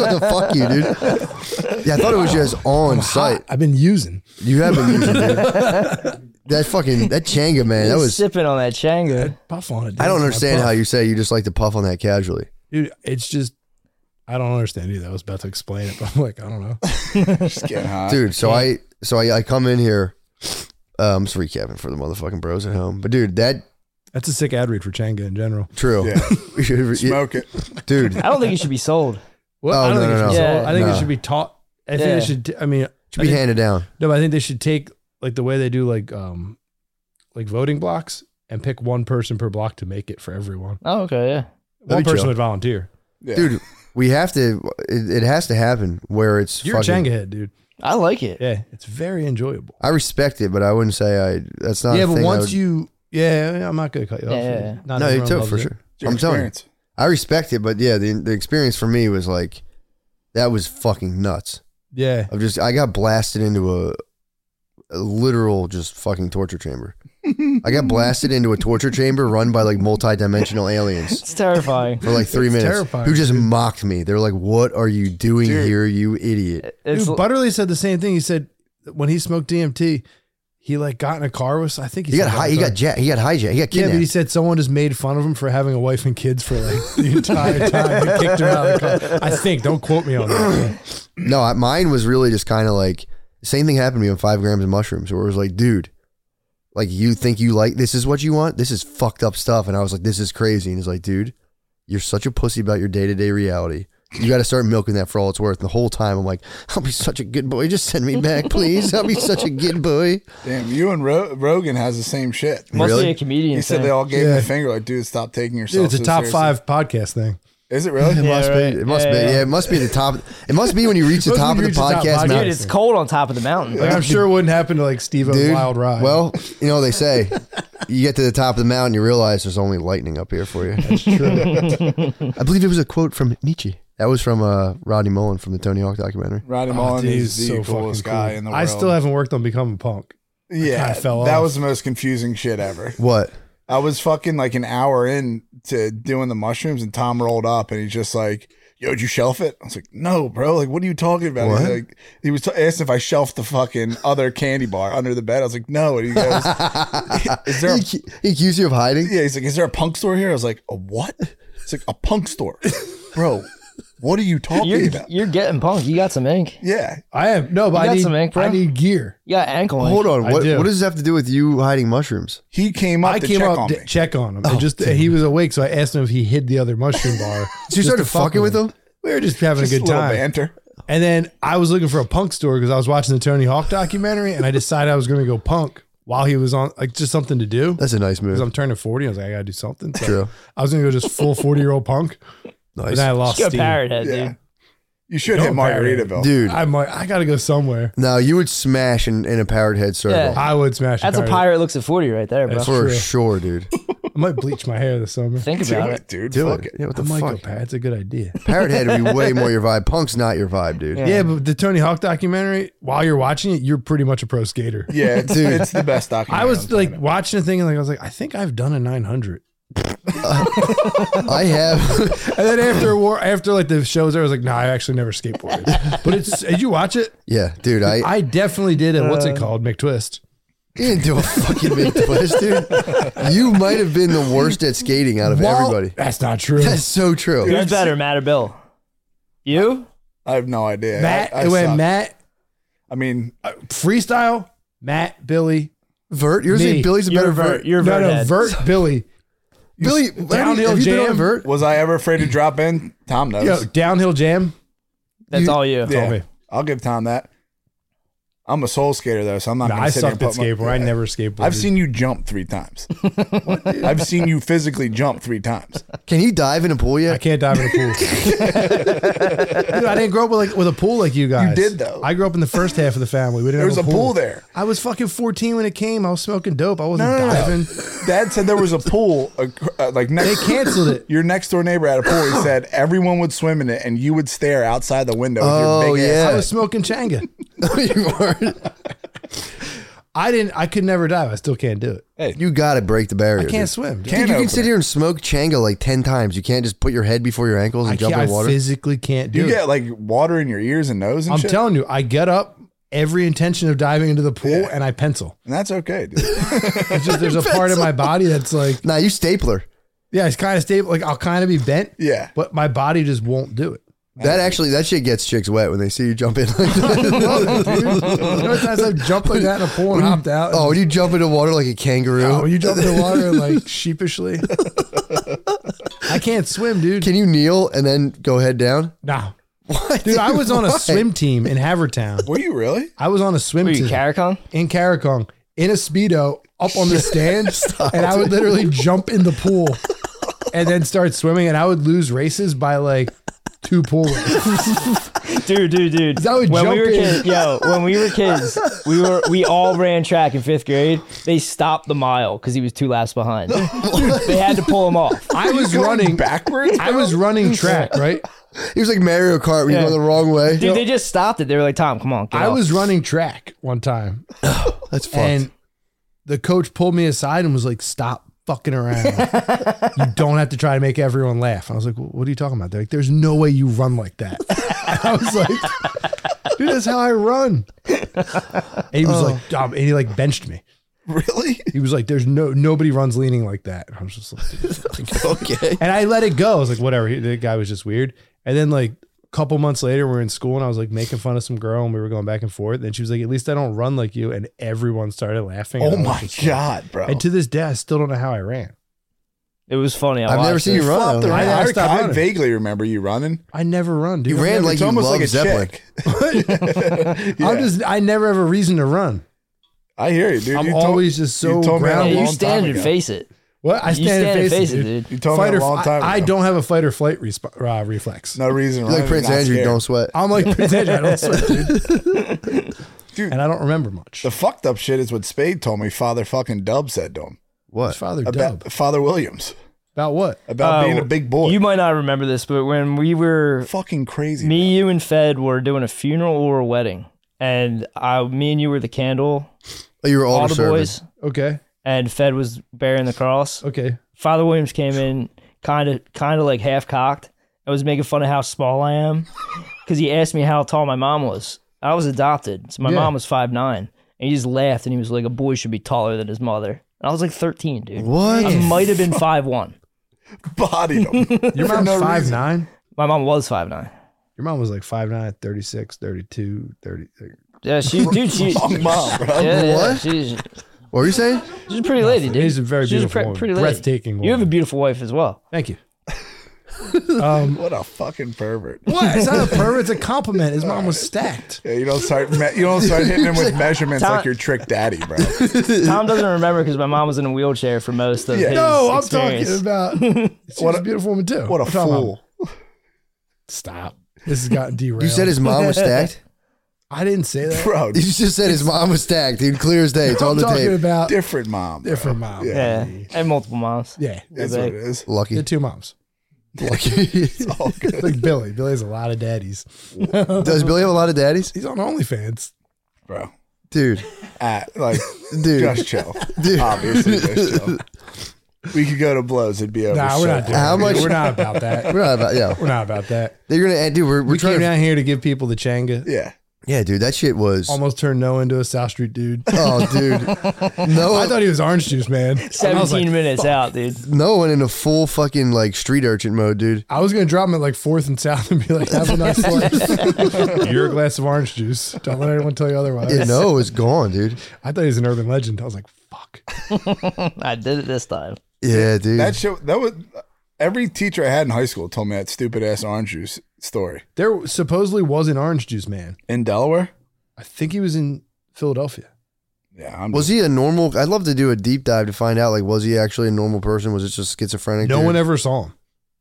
Speaker 1: what the fuck you, dude. Yeah, I thought it was just on site.
Speaker 2: I've been using.
Speaker 1: You have been using dude. that fucking that changa man. That was.
Speaker 3: sipping on that changa.
Speaker 2: Puff on it. Dude.
Speaker 1: I don't understand how you say you just like to puff on that casually.
Speaker 2: Dude, it's just. I don't understand either. I was about to explain it, but I'm like, I don't know.
Speaker 4: just getting hot.
Speaker 1: dude. So I so I, I come in here. Um, sorry, Kevin, for the motherfucking bros at home. But dude, that
Speaker 2: That's a sick ad read for Changa in general.
Speaker 1: true.
Speaker 4: Yeah.
Speaker 1: We should-
Speaker 4: Smoke it.
Speaker 1: dude.
Speaker 3: I don't think it should be sold.
Speaker 2: Well,
Speaker 1: Oh,
Speaker 2: I don't
Speaker 1: no,
Speaker 2: think it
Speaker 1: no,
Speaker 2: should be
Speaker 3: no.
Speaker 2: sold. I think
Speaker 1: No.
Speaker 2: it should be taught. I think
Speaker 3: Yeah.
Speaker 2: it should. I mean,
Speaker 1: Should be
Speaker 2: I think,
Speaker 1: handed down.
Speaker 2: no, but I think they should take like the way they do like um, like voting blocks and pick one person per block to make it for everyone.
Speaker 3: Oh, okay, yeah.
Speaker 1: That'd
Speaker 2: One
Speaker 1: be
Speaker 2: person
Speaker 1: chill.
Speaker 2: would volunteer.
Speaker 4: Yeah.
Speaker 1: dude. We have to. It, it has to happen where it's.
Speaker 2: You're a
Speaker 1: fucking,
Speaker 2: Changa head, dude.
Speaker 3: I like it.
Speaker 2: Yeah, it's very enjoyable.
Speaker 1: I respect it, but I wouldn't say I. That's not.
Speaker 2: yeah,
Speaker 1: a
Speaker 2: but
Speaker 1: thing I
Speaker 2: once
Speaker 1: would-
Speaker 2: you, yeah, yeah, I'm not gonna cut you off.
Speaker 3: Yeah, yeah, yeah.
Speaker 2: Not
Speaker 1: no,
Speaker 2: everyone
Speaker 1: it took
Speaker 2: loves
Speaker 1: for
Speaker 2: it.
Speaker 1: sure.
Speaker 4: Your
Speaker 1: I'm telling you,
Speaker 4: experience.
Speaker 1: I respect it, but yeah, the the experience for me was like, that was fucking nuts.
Speaker 2: Yeah,
Speaker 1: I've just I got blasted into a, a literal just fucking torture chamber. I got blasted into a torture chamber run by like multi-dimensional aliens
Speaker 3: It's terrifying.
Speaker 1: for like three
Speaker 2: It's
Speaker 1: minutes,
Speaker 2: terrifying,
Speaker 1: who just mocked me. They're like, "What are you doing here, you idiot?"
Speaker 3: It's
Speaker 2: Dude, Butterly said the same thing. He said when he smoked DMT, he like got in a car with. I think
Speaker 1: He got
Speaker 2: said
Speaker 1: high.
Speaker 2: that
Speaker 1: He got
Speaker 2: time.
Speaker 1: jet. He got hijacked. He got
Speaker 2: Yeah, but he
Speaker 1: kidnapped.
Speaker 2: said someone just made fun of him for having a wife and kids for like the entire time. and kicked him out of the car. I think. Don't quote me on that.
Speaker 1: no, I- mine was really just kind of like same thing happened to me on five grams of mushrooms, where it was like, dude, like you think you like this is what you want. This is fucked up stuff, and I was like, this is crazy. And he's like, dude, you're such a pussy about your day to day reality. You got to start milking that for all it's worth. And the whole time, I'm like, I'll be such a good boy. Just send me back, please. I'll be such a good boy.
Speaker 4: Damn, you and Ro- Rogan has the same shit.
Speaker 3: Must
Speaker 1: Really?
Speaker 3: be a comedian.
Speaker 4: He said they
Speaker 3: thing.
Speaker 4: all gave him
Speaker 2: Yeah.
Speaker 4: the finger, like, dude, stop taking yourself.
Speaker 2: Dude, it's a
Speaker 4: so
Speaker 2: top
Speaker 4: seriously.
Speaker 2: five podcast thing.
Speaker 4: Is it really?
Speaker 1: It must
Speaker 3: right.
Speaker 1: be. It must
Speaker 3: Yeah,
Speaker 1: be.
Speaker 3: yeah.
Speaker 1: Yeah, it must be the top. It must be when you reach the
Speaker 2: Must
Speaker 1: top
Speaker 2: be
Speaker 1: of the
Speaker 2: reach the top
Speaker 1: podcast.
Speaker 2: podcast.
Speaker 1: mountain.
Speaker 3: Dude, it's cold on top of the mountain.
Speaker 2: Like, I'm sure it wouldn't happen to like Steve O's
Speaker 1: Dude,
Speaker 2: Wild Ride.
Speaker 1: Well, you know they say you get to the top of the mountain, you realize there's only lightning up here for you. That's true. I believe it was a quote from Nietzsche. That was from uh, Rodney Mullen from the Tony Hawk documentary.
Speaker 4: Roddy
Speaker 2: Oh,
Speaker 4: Mullen
Speaker 2: dude,
Speaker 4: is
Speaker 2: he's
Speaker 4: the coolest
Speaker 2: fucking
Speaker 4: guy
Speaker 2: cool.
Speaker 4: in the world.
Speaker 2: I still haven't worked on becoming a punk.
Speaker 4: yeah,
Speaker 2: kinda fell
Speaker 4: that
Speaker 2: off.
Speaker 4: was the most confusing shit ever.
Speaker 1: What?
Speaker 4: I was fucking like an hour in to doing the mushrooms, and Tom rolled up, and he's just like, "Yo, did you shelf it?" I was like, "No, bro. Like, what are you talking about?" He's
Speaker 1: What?
Speaker 4: like, he was t- asking if I shelved the fucking other candy bar under the bed. I was like, "No." And he goes, "Is there?" A-
Speaker 1: He, ac- he accused you of hiding.
Speaker 4: yeah, he's like, "Is there a punk store here?" I was like, "A what?" It's like a punk store, bro. What are you talking
Speaker 3: You're,
Speaker 4: about?
Speaker 3: you're getting punk. You got some ink.
Speaker 4: Yeah,
Speaker 2: I am no, but
Speaker 3: You
Speaker 2: I
Speaker 3: got
Speaker 2: need
Speaker 3: some ink, bro?
Speaker 2: I need gear.
Speaker 3: You got ankle ink.
Speaker 1: Hold on.
Speaker 2: I
Speaker 1: What,
Speaker 2: do.
Speaker 1: what does this have to do with you hiding mushrooms?
Speaker 4: he came up
Speaker 2: I
Speaker 4: to
Speaker 2: came
Speaker 4: check
Speaker 2: up
Speaker 4: on
Speaker 2: to
Speaker 4: me.
Speaker 2: check on him. It just he was awake, so I asked him if he hid the other mushroom bar.
Speaker 1: Oh, So you
Speaker 2: just
Speaker 1: started
Speaker 2: to fuck
Speaker 1: fucking with them?
Speaker 2: We were just having
Speaker 4: Just
Speaker 2: a good
Speaker 4: little
Speaker 2: time.
Speaker 4: banter.
Speaker 2: And then I was looking for a punk store because I was watching the Tony Hawk documentary, and I decided I was going to go punk while he was on, like just something to do.
Speaker 1: That's a nice
Speaker 2: Because I'm
Speaker 1: move.
Speaker 2: turning 40, I was like, I got to do something. So
Speaker 1: True.
Speaker 2: I was going to go just full 40 year old punk, and
Speaker 1: Nice.
Speaker 2: I lost
Speaker 3: You got
Speaker 2: Steve.
Speaker 3: parrot head,
Speaker 4: Yeah.
Speaker 3: dude.
Speaker 4: You should
Speaker 2: Don't
Speaker 4: hit
Speaker 2: parody.
Speaker 4: Margaritaville.
Speaker 1: Dude,
Speaker 2: I'm like, I got to go somewhere.
Speaker 1: no, you would smash in, in a powered head circle.
Speaker 3: Yeah.
Speaker 2: I would smash.
Speaker 3: That's a
Speaker 2: pirate.
Speaker 3: pirate looks at 40 right there, bro.
Speaker 2: That's-
Speaker 1: For
Speaker 2: True.
Speaker 1: sure, dude.
Speaker 2: I might bleach my hair this summer.
Speaker 3: Think
Speaker 4: Do
Speaker 3: about it.
Speaker 4: it, dude.
Speaker 1: Do
Speaker 4: Fuck
Speaker 1: it.
Speaker 4: it.
Speaker 1: Yeah, what
Speaker 2: I
Speaker 1: the
Speaker 2: might go
Speaker 1: fuck?
Speaker 2: pirate. That's a good idea.
Speaker 1: Parrot head would be way more your vibe. Punk's not your vibe, dude.
Speaker 3: Yeah.
Speaker 2: Yeah, but the Tony Hawk documentary, while you're watching it, you're pretty much a pro skater.
Speaker 4: Yeah, it's,
Speaker 1: Dude.
Speaker 4: it's the best documentary.
Speaker 2: I was
Speaker 4: on the
Speaker 2: like
Speaker 4: planet.
Speaker 2: watching the thing and like I was like, I think I've done a 900.
Speaker 1: I have.
Speaker 2: And then after war, after like the shows, I was like, no, nah, I actually never skateboarded. but it's did you watch it?
Speaker 1: yeah, dude. I,
Speaker 2: I definitely did a what's it called McTwist.
Speaker 1: You didn't do a fucking big twist, dude. You might have been the worst at skating out of
Speaker 2: Well,
Speaker 1: everybody.
Speaker 2: That's not true.
Speaker 1: That's so true.
Speaker 4: Dude,
Speaker 3: Who's better, Matt or Bill? You?
Speaker 4: I have no idea.
Speaker 2: Matt,
Speaker 4: I, I,
Speaker 2: it went
Speaker 4: suck.
Speaker 2: Matt
Speaker 4: I mean,
Speaker 2: freestyle. Matt Billy.
Speaker 1: Vert, you're
Speaker 2: Me.
Speaker 1: saying Billy's a
Speaker 3: You're
Speaker 1: better
Speaker 3: vert.
Speaker 1: vert.
Speaker 3: You're
Speaker 2: no,
Speaker 3: vert.
Speaker 2: no,
Speaker 3: head.
Speaker 2: Vert Billy.
Speaker 1: Billy, have you-
Speaker 2: Downhill
Speaker 1: have you been on a
Speaker 2: jam.
Speaker 1: vert?
Speaker 4: was I ever afraid to drop in? Tom knows.
Speaker 2: Yo, downhill jam.
Speaker 3: That's
Speaker 1: you-
Speaker 3: all you.
Speaker 4: yeah,
Speaker 2: me.
Speaker 4: I'll give Tom that. I'm a soul skater though, so I'm not.
Speaker 2: No,
Speaker 4: gonna
Speaker 2: I
Speaker 4: sit here
Speaker 2: sucked
Speaker 4: and
Speaker 2: at
Speaker 4: put my-
Speaker 2: skateboard. I never skateboarded.
Speaker 4: I've seen you jump three times. I've seen you physically jump three times.
Speaker 1: Can he dive in a pool
Speaker 2: I
Speaker 1: yet?
Speaker 2: can't dive in a pool. Dude, I didn't grow up with like with a pool like you guys.
Speaker 4: did, though.
Speaker 2: I grew up in the first half of the family. We didn't.
Speaker 4: There was
Speaker 2: have
Speaker 4: a pool there.
Speaker 2: I was fucking 14 when it came. I was smoking dope. I wasn't
Speaker 4: No, no, no.
Speaker 2: diving.
Speaker 4: Dad said there was a pool, ac- uh, like
Speaker 2: They
Speaker 4: next.
Speaker 2: canceled it.
Speaker 4: your next door neighbor had a pool. He said everyone would swim in it, and you would stare outside the window. With
Speaker 1: Oh,
Speaker 4: your big
Speaker 1: yeah.
Speaker 2: I
Speaker 4: Ass.
Speaker 2: was smoking changa.
Speaker 1: you, weren't.
Speaker 2: I didn't. I could never dive. I still can't do it.
Speaker 1: you gotta break the barrier.
Speaker 2: I can't
Speaker 1: dude.
Speaker 2: swim. dude.
Speaker 1: Dude,
Speaker 4: Can
Speaker 1: you can
Speaker 4: opener.
Speaker 1: sit here and smoke changa like ten times. You can't just put your head before your ankles and
Speaker 2: I,
Speaker 1: jump
Speaker 2: can't,
Speaker 1: in
Speaker 2: I
Speaker 1: the water.
Speaker 2: physically can't do
Speaker 4: You
Speaker 2: it.
Speaker 4: get like water in your ears and nose and
Speaker 2: I'm
Speaker 4: shit.
Speaker 2: telling you, I get up every intention of diving into the pool and I pencil.
Speaker 4: and that's okay, dude.
Speaker 2: It's just there's a part of my body that's like,
Speaker 1: nah, you stapler.
Speaker 2: yeah, it's kind of stable. Like I'll kind of be bent,
Speaker 4: Yeah.
Speaker 2: but my body just won't do it.
Speaker 1: That actually, that shit gets chicks wet when they see you jump in. Oh, Like that.
Speaker 2: You know, what times I've jumped like that in a pool and hopped out.
Speaker 1: oh, when you jump into water like a
Speaker 2: Oh,
Speaker 1: kangaroo,
Speaker 2: when you jump in the water like sheepishly. I can't swim, dude.
Speaker 1: can you kneel and then go head down?
Speaker 2: nah. Dude, I was on a
Speaker 1: Why?
Speaker 2: swim team in Havertown.
Speaker 4: Were you really?
Speaker 2: I was on a swim
Speaker 3: Were you
Speaker 2: team
Speaker 3: Caricon?
Speaker 2: in Caricong in a Speedo up on the stand. and I would literally jump in the pool and then start swimming. And I would lose races by like two pool lengths.
Speaker 3: Dude, dude, dude.
Speaker 2: I would
Speaker 3: when
Speaker 2: jump
Speaker 3: we were
Speaker 2: in.
Speaker 3: kids, yo, when we were kids, we were we all ran track in fifth grade. They stopped the mile because he was two laps behind. they had to pull him off.
Speaker 2: I was running.
Speaker 4: backwards.
Speaker 2: I was running track, right?
Speaker 1: He was like Mario Kart when
Speaker 3: Yeah.
Speaker 1: you go the wrong way.
Speaker 3: Dude, they just stopped it. They were like, Tom, come on. Get
Speaker 2: I
Speaker 3: off."
Speaker 2: was running track one time.
Speaker 1: That's fucked.
Speaker 2: and the coach pulled me aside and was like, "Stop fucking around. you don't have to try to make everyone laugh." And I was like, "What are you talking about?" They're like, "There's no way you run like that." And I was like, "Dude, that's how I run." And
Speaker 4: Oh.
Speaker 2: he was like, "Dom," and he like benched me.
Speaker 4: Really?
Speaker 2: He was like, "There's no nobody runs leaning like that." And I was just like, dude.
Speaker 1: okay.
Speaker 2: and I let it go. I was like, "Whatever." He- The guy was just weird. And then like a couple months later, we're in school, and I was like making fun of some girl, and we were going back and forth. And she was like, "At least I don't run like you." And everyone started laughing.
Speaker 4: Oh
Speaker 2: and I was
Speaker 4: my
Speaker 2: just like-
Speaker 4: god, bro!
Speaker 2: And to this day, I still don't know how I ran.
Speaker 3: It was funny. I
Speaker 1: I've never
Speaker 3: watched
Speaker 1: seen
Speaker 3: it.
Speaker 1: you run.
Speaker 4: Fuck the
Speaker 1: though.
Speaker 2: I
Speaker 4: run. I,
Speaker 2: never stopped
Speaker 4: I
Speaker 2: running.
Speaker 4: vaguely remember you running.
Speaker 2: I never run, dude.
Speaker 1: You ran like
Speaker 4: it's
Speaker 1: you
Speaker 4: almost
Speaker 1: loved
Speaker 4: like a
Speaker 1: Zeppelin.
Speaker 4: chick. Yeah.
Speaker 2: I'm just. I never have a reason to run.
Speaker 4: I hear you, dude.
Speaker 2: I'm
Speaker 4: you told-
Speaker 2: always just so
Speaker 4: you told me that
Speaker 2: ground.
Speaker 4: a
Speaker 3: Yeah, you
Speaker 4: long
Speaker 3: stand
Speaker 4: time
Speaker 3: and
Speaker 4: ago.
Speaker 3: face it.
Speaker 2: What I
Speaker 3: You
Speaker 2: stand,
Speaker 3: stand
Speaker 2: and
Speaker 3: and
Speaker 2: face it, dude.
Speaker 3: dude.
Speaker 4: you told
Speaker 2: Fight
Speaker 4: me
Speaker 2: or
Speaker 4: a long
Speaker 2: I-
Speaker 4: time.
Speaker 2: I,
Speaker 4: ago.
Speaker 2: don't have a fight or flight resp- uh, reflex.
Speaker 4: No reason.
Speaker 1: You're like
Speaker 4: Ryan's
Speaker 1: Prince
Speaker 4: not
Speaker 1: Andrew,
Speaker 4: scared.
Speaker 1: don't sweat.
Speaker 2: I'm like Prince Andrew. I don't sweat, dude.
Speaker 4: Dude.
Speaker 2: And I don't remember much.
Speaker 4: The fucked up shit is what Spade told me. Father fucking Dub said to him
Speaker 2: His
Speaker 1: What?
Speaker 2: father
Speaker 4: about
Speaker 2: dub Oh,
Speaker 4: Father Williams
Speaker 2: about what?
Speaker 3: Uh,
Speaker 4: about being a big boy.
Speaker 3: You might not remember this, but when we were
Speaker 4: fucking crazy.
Speaker 3: me, you, and Fed were doing a funeral or a wedding, and I, me and you were the candle,
Speaker 1: Oh, you were
Speaker 3: all
Speaker 1: older
Speaker 3: the
Speaker 1: serving.
Speaker 3: boys,
Speaker 2: Okay,
Speaker 3: and Fed was bearing the cross.
Speaker 2: okay.
Speaker 3: Father Williams came in, kind of, kind of like half cocked. I was making fun of how small I am because he asked me how tall my mom was. I was adopted, so my
Speaker 2: Yeah.
Speaker 3: mom was five nine, and he just laughed and he was like, "A boy should be taller than his mother." And I was like thirteen, dude.
Speaker 1: What?
Speaker 3: I might have been five one.
Speaker 4: Bodied him.
Speaker 2: Your
Speaker 4: For
Speaker 2: mom's
Speaker 4: no
Speaker 2: five
Speaker 4: reason.
Speaker 2: nine.
Speaker 3: My mom was five nine.
Speaker 2: Your mom was like 5'9", 36, 32, 30.
Speaker 3: Yeah, she, dude, she,
Speaker 4: Fuck mom, bro.
Speaker 3: yeah, yeah,
Speaker 1: What?
Speaker 3: she's
Speaker 1: What were you saying?
Speaker 3: she's a pretty lady, dude.
Speaker 2: She's a very
Speaker 3: She's a
Speaker 2: beautiful,
Speaker 3: pre-
Speaker 2: woman.
Speaker 3: pretty lady.
Speaker 2: breathtaking. Woman.
Speaker 3: You have a beautiful wife as well.
Speaker 2: Thank you. um,
Speaker 4: What a fucking pervert.
Speaker 2: what? It's not a pervert. It's a compliment. His mom was stacked.
Speaker 4: Yeah, you don't start. Me- you don't start hitting him with measurements
Speaker 3: Tom-
Speaker 4: like your trick daddy, bro.
Speaker 3: Tom doesn't remember because my mom was in a wheelchair for most of
Speaker 4: Yeah.
Speaker 3: his
Speaker 2: No, I'm
Speaker 3: experience.
Speaker 2: talking about. She's
Speaker 4: What
Speaker 2: what
Speaker 4: a-
Speaker 2: a beautiful woman too.
Speaker 4: What a
Speaker 2: I'm talking about-
Speaker 4: fool.
Speaker 2: Stop. This has gotten derailed.
Speaker 1: You said his mom was stacked.
Speaker 2: I didn't say that.
Speaker 4: Bro,
Speaker 1: You just said his mom was stacked, dude. Clear as day. It's on
Speaker 2: I'm
Speaker 1: the
Speaker 2: talking
Speaker 1: tape.
Speaker 2: about
Speaker 4: different mom. bro.
Speaker 2: different mom.
Speaker 3: Yeah, I have multiple moms.
Speaker 2: Yeah.
Speaker 4: That's what it is.
Speaker 2: The
Speaker 1: Lucky.
Speaker 2: two moms.
Speaker 1: Lucky.
Speaker 4: All good.
Speaker 2: It's like Billy. Billy has a lot of daddies.
Speaker 1: Does Billy have a lot of daddies?
Speaker 2: He's on OnlyFans.
Speaker 4: bro.
Speaker 1: Dude,
Speaker 4: At, like,
Speaker 1: dude,
Speaker 4: just chill.
Speaker 1: dude.
Speaker 4: Obviously, just chill. We could go to blows. It'd be over.
Speaker 2: Nah,
Speaker 4: so
Speaker 2: we're not doing
Speaker 1: How
Speaker 2: How
Speaker 1: much-
Speaker 2: much? We're not about that.
Speaker 1: We're not about yeah.
Speaker 2: We're not about that.
Speaker 1: They're gonna eh, dude. We're, we're
Speaker 2: We
Speaker 1: trying.
Speaker 2: came
Speaker 1: To,
Speaker 2: down here to give people the Changa.
Speaker 4: Yeah.
Speaker 1: yeah, dude. That shit was.
Speaker 2: Almost turned no into a South Street dude.
Speaker 1: Oh, dude. No,
Speaker 2: I
Speaker 1: one,
Speaker 2: thought he was orange juice, man. I was,
Speaker 3: Seventeen
Speaker 2: like,
Speaker 3: minutes out, dude.
Speaker 1: no one in a full fucking like street urchin mode, dude.
Speaker 2: I was gonna drop him at like fourth and south and be like, "Have a nice lunch. You're a glass of orange juice. Don't let anyone tell you otherwise."
Speaker 1: Yeah, no, it was gone, dude.
Speaker 2: I thought he was an urban legend. I was like, "Fuck."
Speaker 3: I did it this time.
Speaker 1: Yeah, dude.
Speaker 4: That show. That was every teacher I had in high school told me that stupid ass orange juice story
Speaker 2: There supposedly was an orange juice man.
Speaker 4: in Delaware.
Speaker 2: I think he was in Philadelphia.
Speaker 4: Yeah, I'm
Speaker 1: was he a normal? I'd love to do a deep dive to find out. Like, was he actually a normal person? Was it just schizophrenic?
Speaker 2: No
Speaker 1: dude?
Speaker 2: one ever saw him.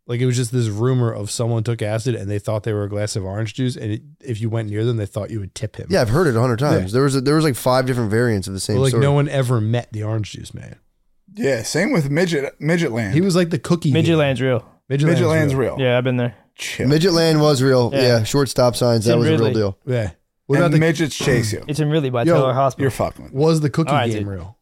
Speaker 2: Like it was just this rumor of someone took acid and they thought they were a glass of orange juice, and it, if you went near them, they thought you would tip him.
Speaker 1: Yeah, I've heard it a hundred times.
Speaker 2: Yeah.
Speaker 1: There was a, there was like five different variants of the
Speaker 2: But
Speaker 1: same
Speaker 2: like
Speaker 1: story.
Speaker 2: no one ever met the orange juice man.
Speaker 4: Yeah, same with midget midget land.
Speaker 2: He was like the cookie.
Speaker 3: Midgetland's real.
Speaker 2: Midget,
Speaker 4: midget land's real.
Speaker 3: Yeah, I've been there.
Speaker 4: Chill.
Speaker 1: Midget land was real. Yeah,
Speaker 3: Yeah.
Speaker 1: short stop signs.
Speaker 3: It's
Speaker 1: that
Speaker 3: in
Speaker 1: was a real
Speaker 3: Ridley.
Speaker 1: deal.
Speaker 2: Yeah. What
Speaker 4: and
Speaker 2: about the
Speaker 4: midgets chase you.
Speaker 3: It's in Ridley by
Speaker 2: Yo,
Speaker 3: Taylor Hospital.
Speaker 4: You're fucking. with-
Speaker 2: was the cookie
Speaker 3: All right,
Speaker 2: game
Speaker 3: dude.
Speaker 2: real?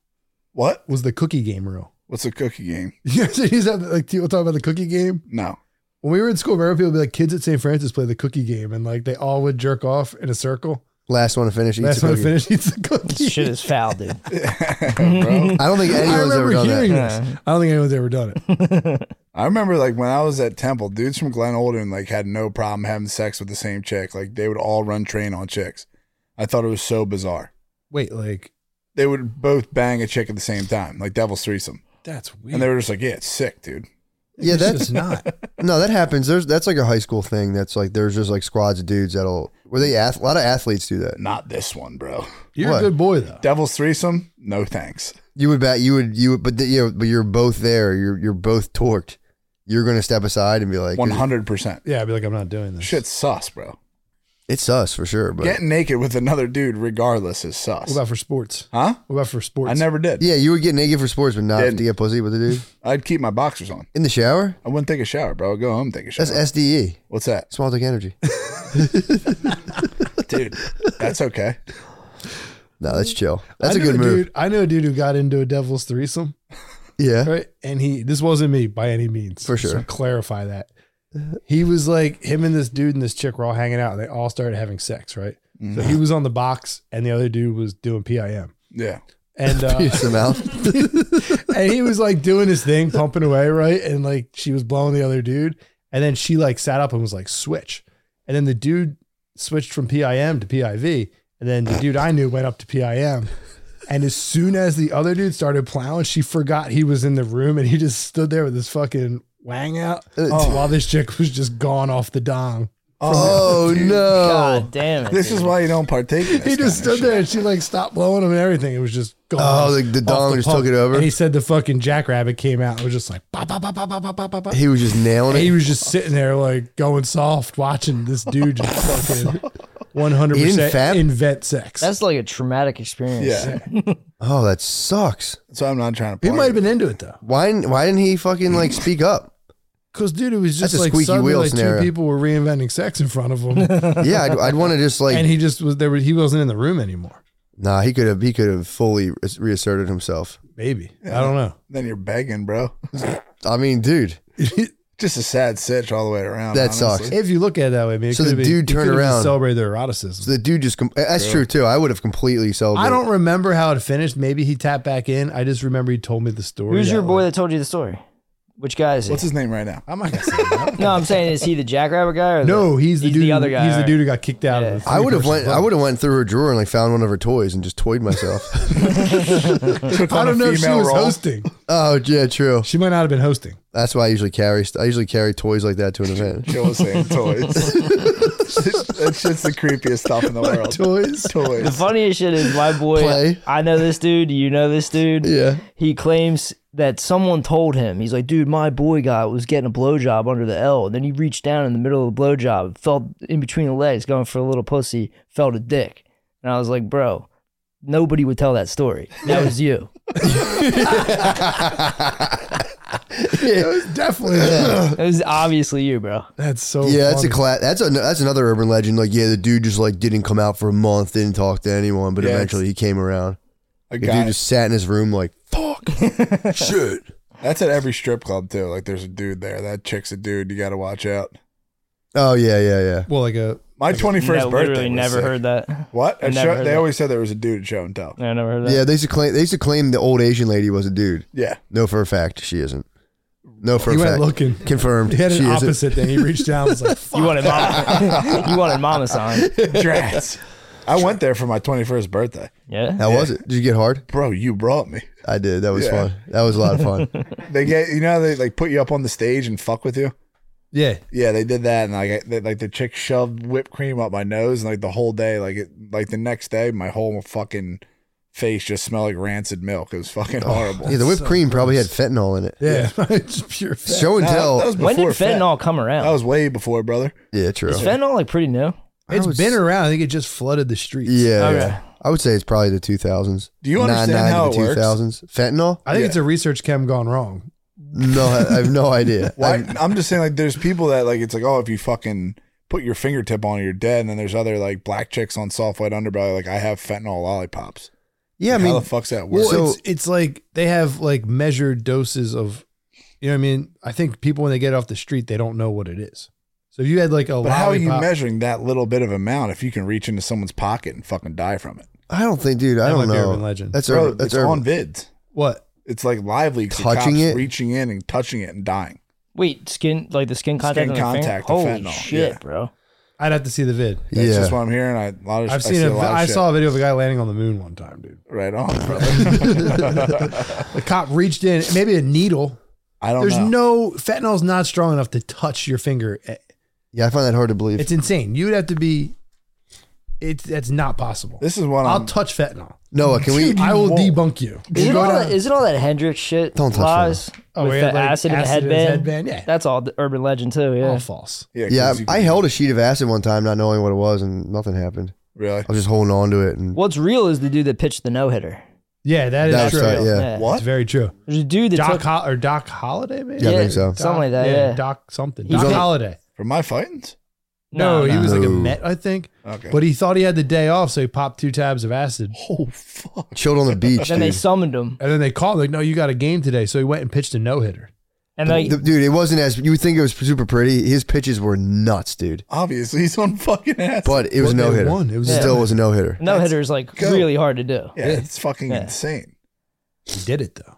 Speaker 4: What?
Speaker 2: Was the cookie game real?
Speaker 4: What's a cookie game?
Speaker 2: Yeah, so he's at like people talk about the cookie game.
Speaker 4: No.
Speaker 2: When we were in school, remember people would be like kids at St. Francis play the cookie game, and like they all would jerk off in a circle.
Speaker 1: Last one to finish. eats
Speaker 2: Last
Speaker 1: a
Speaker 2: one to
Speaker 1: cookie.
Speaker 2: finish eats the cookie.
Speaker 3: This shit is foul, dude.
Speaker 4: Bro.
Speaker 1: I don't think
Speaker 2: I
Speaker 1: anyone's ever
Speaker 2: remember
Speaker 1: done
Speaker 2: hearing
Speaker 1: that.
Speaker 2: this. I don't think anyone's ever done it.
Speaker 4: I remember like when I was at Temple, dudes from Glen Olden like had no problem having sex with the same chick. Like they would all run train on chicks. I thought it was so bizarre.
Speaker 2: Wait, like
Speaker 4: They would both bang a chick at the same time, like devil's threesome.
Speaker 2: that's weird.
Speaker 4: And they were just like, Yeah, it's sick, dude.
Speaker 1: Yeah,
Speaker 2: It's
Speaker 1: that's-
Speaker 2: just not.
Speaker 1: No, that happens. There's that's like a high school thing. That's like there's just like squads of dudes that'll where they ath- a lot of athletes do that.
Speaker 4: Not this one, bro.
Speaker 2: You're
Speaker 1: What?
Speaker 2: a good boy though.
Speaker 4: Devil's threesome? No thanks.
Speaker 1: You would bat. You would you would, but the, you know, but you're both there. You're you're both torqued. You're gonna step aside and be like,
Speaker 4: One hundred percent.
Speaker 2: Yeah, I'd be like, I'm not doing this.
Speaker 4: Shit's sus, bro.
Speaker 1: It's us for sure. But
Speaker 4: Getting naked with another dude regardless is sus.
Speaker 2: What about for sports?
Speaker 4: huh?
Speaker 2: What about for sports?
Speaker 4: I never did.
Speaker 1: yeah, you would get naked for sports, but not
Speaker 4: Didn't.
Speaker 1: to get pussy with a dude
Speaker 4: I'd keep my boxers on.
Speaker 1: in the shower.
Speaker 4: I wouldn't take a shower, bro. I'd go home and take a shower.
Speaker 1: That's SDE,
Speaker 4: What's that?
Speaker 1: small dick energy.
Speaker 4: Dude, that's okay.
Speaker 1: No, that's chill. That's
Speaker 2: Mm. I
Speaker 1: a
Speaker 2: knew
Speaker 1: good move.
Speaker 2: Dude, I know a dude who got into a devil's threesome,
Speaker 1: Yeah,
Speaker 2: right? And he, this wasn't me by any means.
Speaker 1: For
Speaker 2: so
Speaker 1: sure.
Speaker 2: clarify that. He was like, him and this dude and this chick were all hanging out. And they all started having sex, right? So
Speaker 1: Mm.
Speaker 2: he was on the box, and the other dude was doing PIM.
Speaker 4: Yeah.
Speaker 2: And uh,
Speaker 1: Piece him out.
Speaker 2: and he was like doing his thing, pumping away, right? And like she was blowing the other dude. And then she like sat up and was like, switch. And then the dude switched from PIM to PIV. And then the dude I knew went up to PIM. And as soon as the other dude started plowing, she forgot he was in the room and he just stood there with his fucking wang out while this chick was just gone off the dong.
Speaker 1: Oh
Speaker 4: dude.
Speaker 1: no.
Speaker 3: God damn it.
Speaker 4: This is
Speaker 3: dude.
Speaker 4: why you don't partake. In this
Speaker 2: He just
Speaker 4: kinda
Speaker 2: stood there and she like stopped blowing him and everything. It was just gone.
Speaker 1: Oh, the- the
Speaker 2: off
Speaker 1: dong just
Speaker 2: pump.
Speaker 1: took it over?
Speaker 2: And he said the fucking jackrabbit came out and was just like, "Ba, ba, ba, ba, ba, ba, ba, ba, ba."
Speaker 1: He was just nailing
Speaker 2: And he
Speaker 1: it.
Speaker 2: was just sitting there, like going soft, watching this dude just fucking one hundred
Speaker 1: He didn't fap?
Speaker 2: percent invent sex.
Speaker 3: That's like a traumatic experience.
Speaker 4: Yeah.
Speaker 1: Oh, that sucks.
Speaker 4: So I'm not trying to.
Speaker 2: he
Speaker 4: party.
Speaker 2: might have been into it though,
Speaker 1: Why? didn't- Why didn't he fucking like speak up?
Speaker 2: because dude, it was just
Speaker 1: That's a
Speaker 2: like
Speaker 1: squeaky
Speaker 2: suddenly
Speaker 1: wheel
Speaker 2: like
Speaker 1: scenario.
Speaker 2: two people were reinventing sex in front of him,
Speaker 1: Yeah, I'd, I'd want to just like.
Speaker 2: and he just was there. were- He wasn't in the room anymore.
Speaker 1: nah, he could have. He could have fully re- reasserted himself.
Speaker 2: Maybe I don't know.
Speaker 4: Then you're begging, bro.
Speaker 1: I mean, dude,
Speaker 4: Just a sad sitch all the way around.
Speaker 1: That sucks.
Speaker 2: If you look at it that way, maybe
Speaker 1: So the dude turned around.
Speaker 2: celebrated their eroticism.
Speaker 1: the dude just. Com- that's true too. I would have completely celebrated.
Speaker 2: I don't remember how it finished. Maybe he tapped back in. I just remember he told me the story.
Speaker 3: Who's your
Speaker 2: that
Speaker 3: boy
Speaker 2: way.
Speaker 3: that told you the story? Which guy is it?
Speaker 4: What's his name right now?
Speaker 2: I'm not gonna say that.
Speaker 3: no, I'm saying is he the jackrabbit guy or
Speaker 2: No, he's the
Speaker 3: He's the
Speaker 2: dude.
Speaker 3: other guy,
Speaker 2: He's the
Speaker 3: alright.
Speaker 2: dude who got kicked out.
Speaker 3: Yeah.
Speaker 2: of the
Speaker 1: I would have
Speaker 2: three-person
Speaker 1: went. I
Speaker 2: club.
Speaker 1: would have went through her drawer and like found one of her toys and just toyed myself.
Speaker 2: I don't know if she was
Speaker 4: role.
Speaker 2: hosting.
Speaker 1: oh yeah, true.
Speaker 2: She might not have been hosting.
Speaker 1: That's why I usually carry. st- I usually carry toys like that to an event.
Speaker 4: Joe was saying toys. That's just the creepiest stuff in the world.
Speaker 1: toys.
Speaker 3: The
Speaker 4: Toys.
Speaker 3: funniest shit is my boy.
Speaker 1: Play.
Speaker 3: I know this dude. You know this dude.
Speaker 1: Yeah.
Speaker 3: He claims that someone told him. He's like, dude, my boy guy was getting a blowjob under the L. And then he reached down in the middle of the blowjob, felt in between the legs, going for a little pussy, felt a dick. And I was like, bro, nobody would tell that story. That was you.
Speaker 2: Definitely.
Speaker 3: That was obviously you, bro.
Speaker 2: That's so.
Speaker 1: Yeah, that's a
Speaker 2: Oh, funny.
Speaker 1: class. That's a that's another urban legend. Like, yeah, the dude just like didn't come out for a month, didn't talk to anyone, but
Speaker 4: Yeah,
Speaker 1: eventually he came around.
Speaker 4: A
Speaker 1: The
Speaker 4: guy.
Speaker 1: dude just sat in his room like, fuck, shit.
Speaker 4: That's at every strip club too. Like there's a dude there. That chick's a dude. You got to watch out.
Speaker 1: Oh yeah, yeah, yeah.
Speaker 2: well, like a
Speaker 4: My 21st
Speaker 3: No,
Speaker 4: birthday.
Speaker 3: literally
Speaker 4: was
Speaker 3: never
Speaker 4: sick.
Speaker 3: heard that.
Speaker 4: What?
Speaker 3: I
Speaker 4: At
Speaker 3: never
Speaker 4: show-
Speaker 3: heard
Speaker 4: they
Speaker 3: that.
Speaker 4: always said there was a dude at show and tell.
Speaker 3: I never heard that.
Speaker 1: Yeah, they used to claim they used to claim the old Asian lady was a dude.
Speaker 4: Yeah.
Speaker 1: No, for a fact, she isn't. No, for
Speaker 2: he
Speaker 1: a
Speaker 2: went
Speaker 1: fact,
Speaker 2: looking.
Speaker 1: confirmed.
Speaker 2: He had an
Speaker 1: she isn't.
Speaker 2: opposite thing. He reached down. and Was like, Fuck.
Speaker 3: You wanted mama. you wanted mama sign.
Speaker 4: Drats. I went there for my 21st birthday.
Speaker 3: Yeah.
Speaker 1: How was it? Did you get hard?
Speaker 4: Bro, you brought me.
Speaker 1: I did. That was
Speaker 4: Yeah.
Speaker 1: fun. That was a lot of fun.
Speaker 4: They get you know they like put you up on the stage and fuck with you.
Speaker 2: yeah.
Speaker 4: Yeah, they did that, and like I- they, like the chick shoved whipped cream up my nose, and like the whole day, like it, like the next day, my whole fucking face just smelled like rancid milk. It was fucking horrible.
Speaker 1: yeah, the whipped cream probably had fentanyl in it.
Speaker 2: Yeah. It's pure. Fat.
Speaker 1: Show and
Speaker 4: No,
Speaker 1: tell.
Speaker 4: that was
Speaker 3: When did
Speaker 4: before fent-
Speaker 3: fentanyl come around?
Speaker 4: That was way before, brother.
Speaker 1: yeah, true.
Speaker 3: Is fentanyl like pretty new?
Speaker 2: It's
Speaker 1: was-
Speaker 2: been around. I think it just flooded the streets.
Speaker 1: Yeah,
Speaker 3: Okay.
Speaker 1: yeah. I would say it's probably the 2000s.
Speaker 4: Do you understand
Speaker 1: 99
Speaker 4: how
Speaker 1: to the
Speaker 4: it works?
Speaker 1: 2000s? Fentanyl?
Speaker 2: I think
Speaker 4: Yeah.
Speaker 2: it's a research chem gone wrong.
Speaker 1: No, I, I have no idea.
Speaker 4: Why? I'm just saying, like, there's people that like it's like, oh, if you fucking put your fingertip on, it, you're dead. And then there's other like black chicks on soft white underbelly. Like, I have fentanyl lollipops.
Speaker 1: Yeah, I
Speaker 4: how
Speaker 1: mean,
Speaker 4: the fuck's that work?
Speaker 2: Well,
Speaker 1: So-
Speaker 2: it's it's like they have like measured doses of, you know what I mean. I think people when they get off the street they don't know what it is. So if you had like a
Speaker 4: but how are you
Speaker 2: lollipop-
Speaker 4: measuring that little bit of amount if you can reach into someone's pocket and fucking die from it?
Speaker 1: I don't think, dude. I
Speaker 2: That
Speaker 1: don't
Speaker 2: might be
Speaker 1: know.
Speaker 2: urban legend.
Speaker 1: That's
Speaker 4: Bro,
Speaker 1: urban. That's
Speaker 4: it's
Speaker 1: urban.
Speaker 4: on vids.
Speaker 2: What?
Speaker 4: It's like live leaks. of
Speaker 1: Touching
Speaker 4: cops
Speaker 1: it?
Speaker 4: reaching in and touching it and dying.
Speaker 3: Wait, skin like the skin contact.
Speaker 4: Skin
Speaker 3: on the finger?
Speaker 4: contact of
Speaker 3: Holy
Speaker 4: fentanyl,
Speaker 3: shit,
Speaker 4: yeah.
Speaker 3: bro!
Speaker 2: I'd have to see the vid.
Speaker 4: That's
Speaker 1: yeah,
Speaker 4: just what I'm hearing. I, a lot of,
Speaker 2: I've
Speaker 4: I
Speaker 2: seen
Speaker 4: see
Speaker 2: a
Speaker 4: a
Speaker 2: vi-
Speaker 4: lot of
Speaker 2: I
Speaker 4: shit.
Speaker 2: saw a video of a guy landing on the moon one time, dude.
Speaker 4: right on. brother.
Speaker 2: The cop reached in, maybe a needle.
Speaker 4: I don't
Speaker 2: There's
Speaker 4: know.
Speaker 2: no fentanyl's not strong enough to touch your finger. Eh,
Speaker 1: yeah. I find that hard to believe.
Speaker 2: It's insane. You would have to be. It's that's not possible.
Speaker 4: This is one.
Speaker 2: I'll
Speaker 4: I'm,
Speaker 2: touch fentanyl.
Speaker 1: Noah, can we?
Speaker 2: I will
Speaker 4: won't.
Speaker 2: debunk you.
Speaker 3: Is
Speaker 2: You
Speaker 3: it
Speaker 2: go
Speaker 3: all
Speaker 2: down-
Speaker 3: that? Is it all that Hendrix shit?
Speaker 1: Don't touch
Speaker 3: lies
Speaker 2: Oh,
Speaker 3: with
Speaker 2: we
Speaker 3: the
Speaker 2: had, like,
Speaker 3: acid in the
Speaker 2: acid in
Speaker 3: headband.
Speaker 2: his headband, yeah. Oh,
Speaker 3: that's all the urban legend too. Yeah,
Speaker 2: all false.
Speaker 4: yeah, 'cause
Speaker 1: yeah,
Speaker 4: you
Speaker 1: I, I
Speaker 4: can-
Speaker 1: held a sheet of acid one time, not knowing what it was, and nothing happened.
Speaker 4: really.
Speaker 1: I was just holding on to it, and
Speaker 3: what's real is the dude that pitched the no hitter.
Speaker 2: Yeah, that is
Speaker 1: That's
Speaker 2: true.
Speaker 1: right, yeah.
Speaker 2: It's
Speaker 4: What?
Speaker 2: very true.
Speaker 3: There's a dude that
Speaker 2: Doc
Speaker 3: took
Speaker 2: Hol- or Doc Holiday, maybe.
Speaker 1: Yeah, I think so.
Speaker 3: something like that.
Speaker 2: Doc-
Speaker 3: Yeah,
Speaker 2: Doc something.
Speaker 3: He was
Speaker 2: Doc
Speaker 3: on-
Speaker 2: Holiday.
Speaker 4: For my fightings.
Speaker 2: No, he was like a
Speaker 1: No.
Speaker 2: Met, I think.
Speaker 4: Okay.
Speaker 2: But he thought he had the day off, so he popped two tabs of acid.
Speaker 4: oh fuck.
Speaker 1: chilled on the beach,
Speaker 3: Then they
Speaker 1: dude.
Speaker 3: summoned him.
Speaker 2: And then they called like, "No, you got a game today." So he went and pitched a no hitter.
Speaker 3: And like,
Speaker 1: The- dude, it wasn't as you would think it was super pretty. His pitches were nuts, dude.
Speaker 4: Obviously, he's on fucking ass.
Speaker 1: But it was
Speaker 2: But
Speaker 1: no
Speaker 2: they
Speaker 1: hitter.
Speaker 2: won. It was
Speaker 1: still
Speaker 2: yeah.
Speaker 1: was a no hitter.
Speaker 3: no hitter is like
Speaker 4: go.
Speaker 3: really hard to do.
Speaker 4: yeah, it's fucking
Speaker 3: Yeah.
Speaker 4: insane.
Speaker 2: He did it though.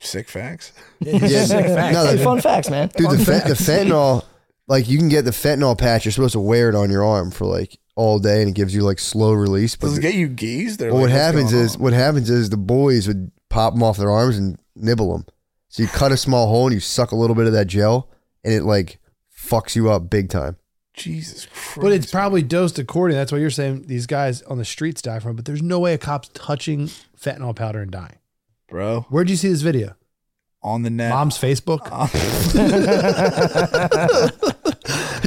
Speaker 4: Sick facts.
Speaker 1: Yeah. No,
Speaker 3: Hey,
Speaker 1: the-
Speaker 3: fun facts, man.
Speaker 1: dude, the,
Speaker 2: Fun
Speaker 1: fent- the
Speaker 2: fact.
Speaker 1: fentanyl, like you can get the fentanyl patch. You're supposed to wear it on your arm for like all day, and it gives you like slow release. But
Speaker 4: Does it get you geezed? Or
Speaker 1: well, what happens is what happens is the boys would pop them off their arms and nibble them. So you cut a small hole and you suck a little bit of that gel, and it like fucks you up big time.
Speaker 4: Jesus Christ.
Speaker 2: But it's probably dosed according. That's why you're saying these guys on the streets die from. it, But there's no way a cop's touching fentanyl powder and dying.
Speaker 4: bro
Speaker 2: Where'd you see this video?
Speaker 4: on the net.
Speaker 2: Mom's Facebook.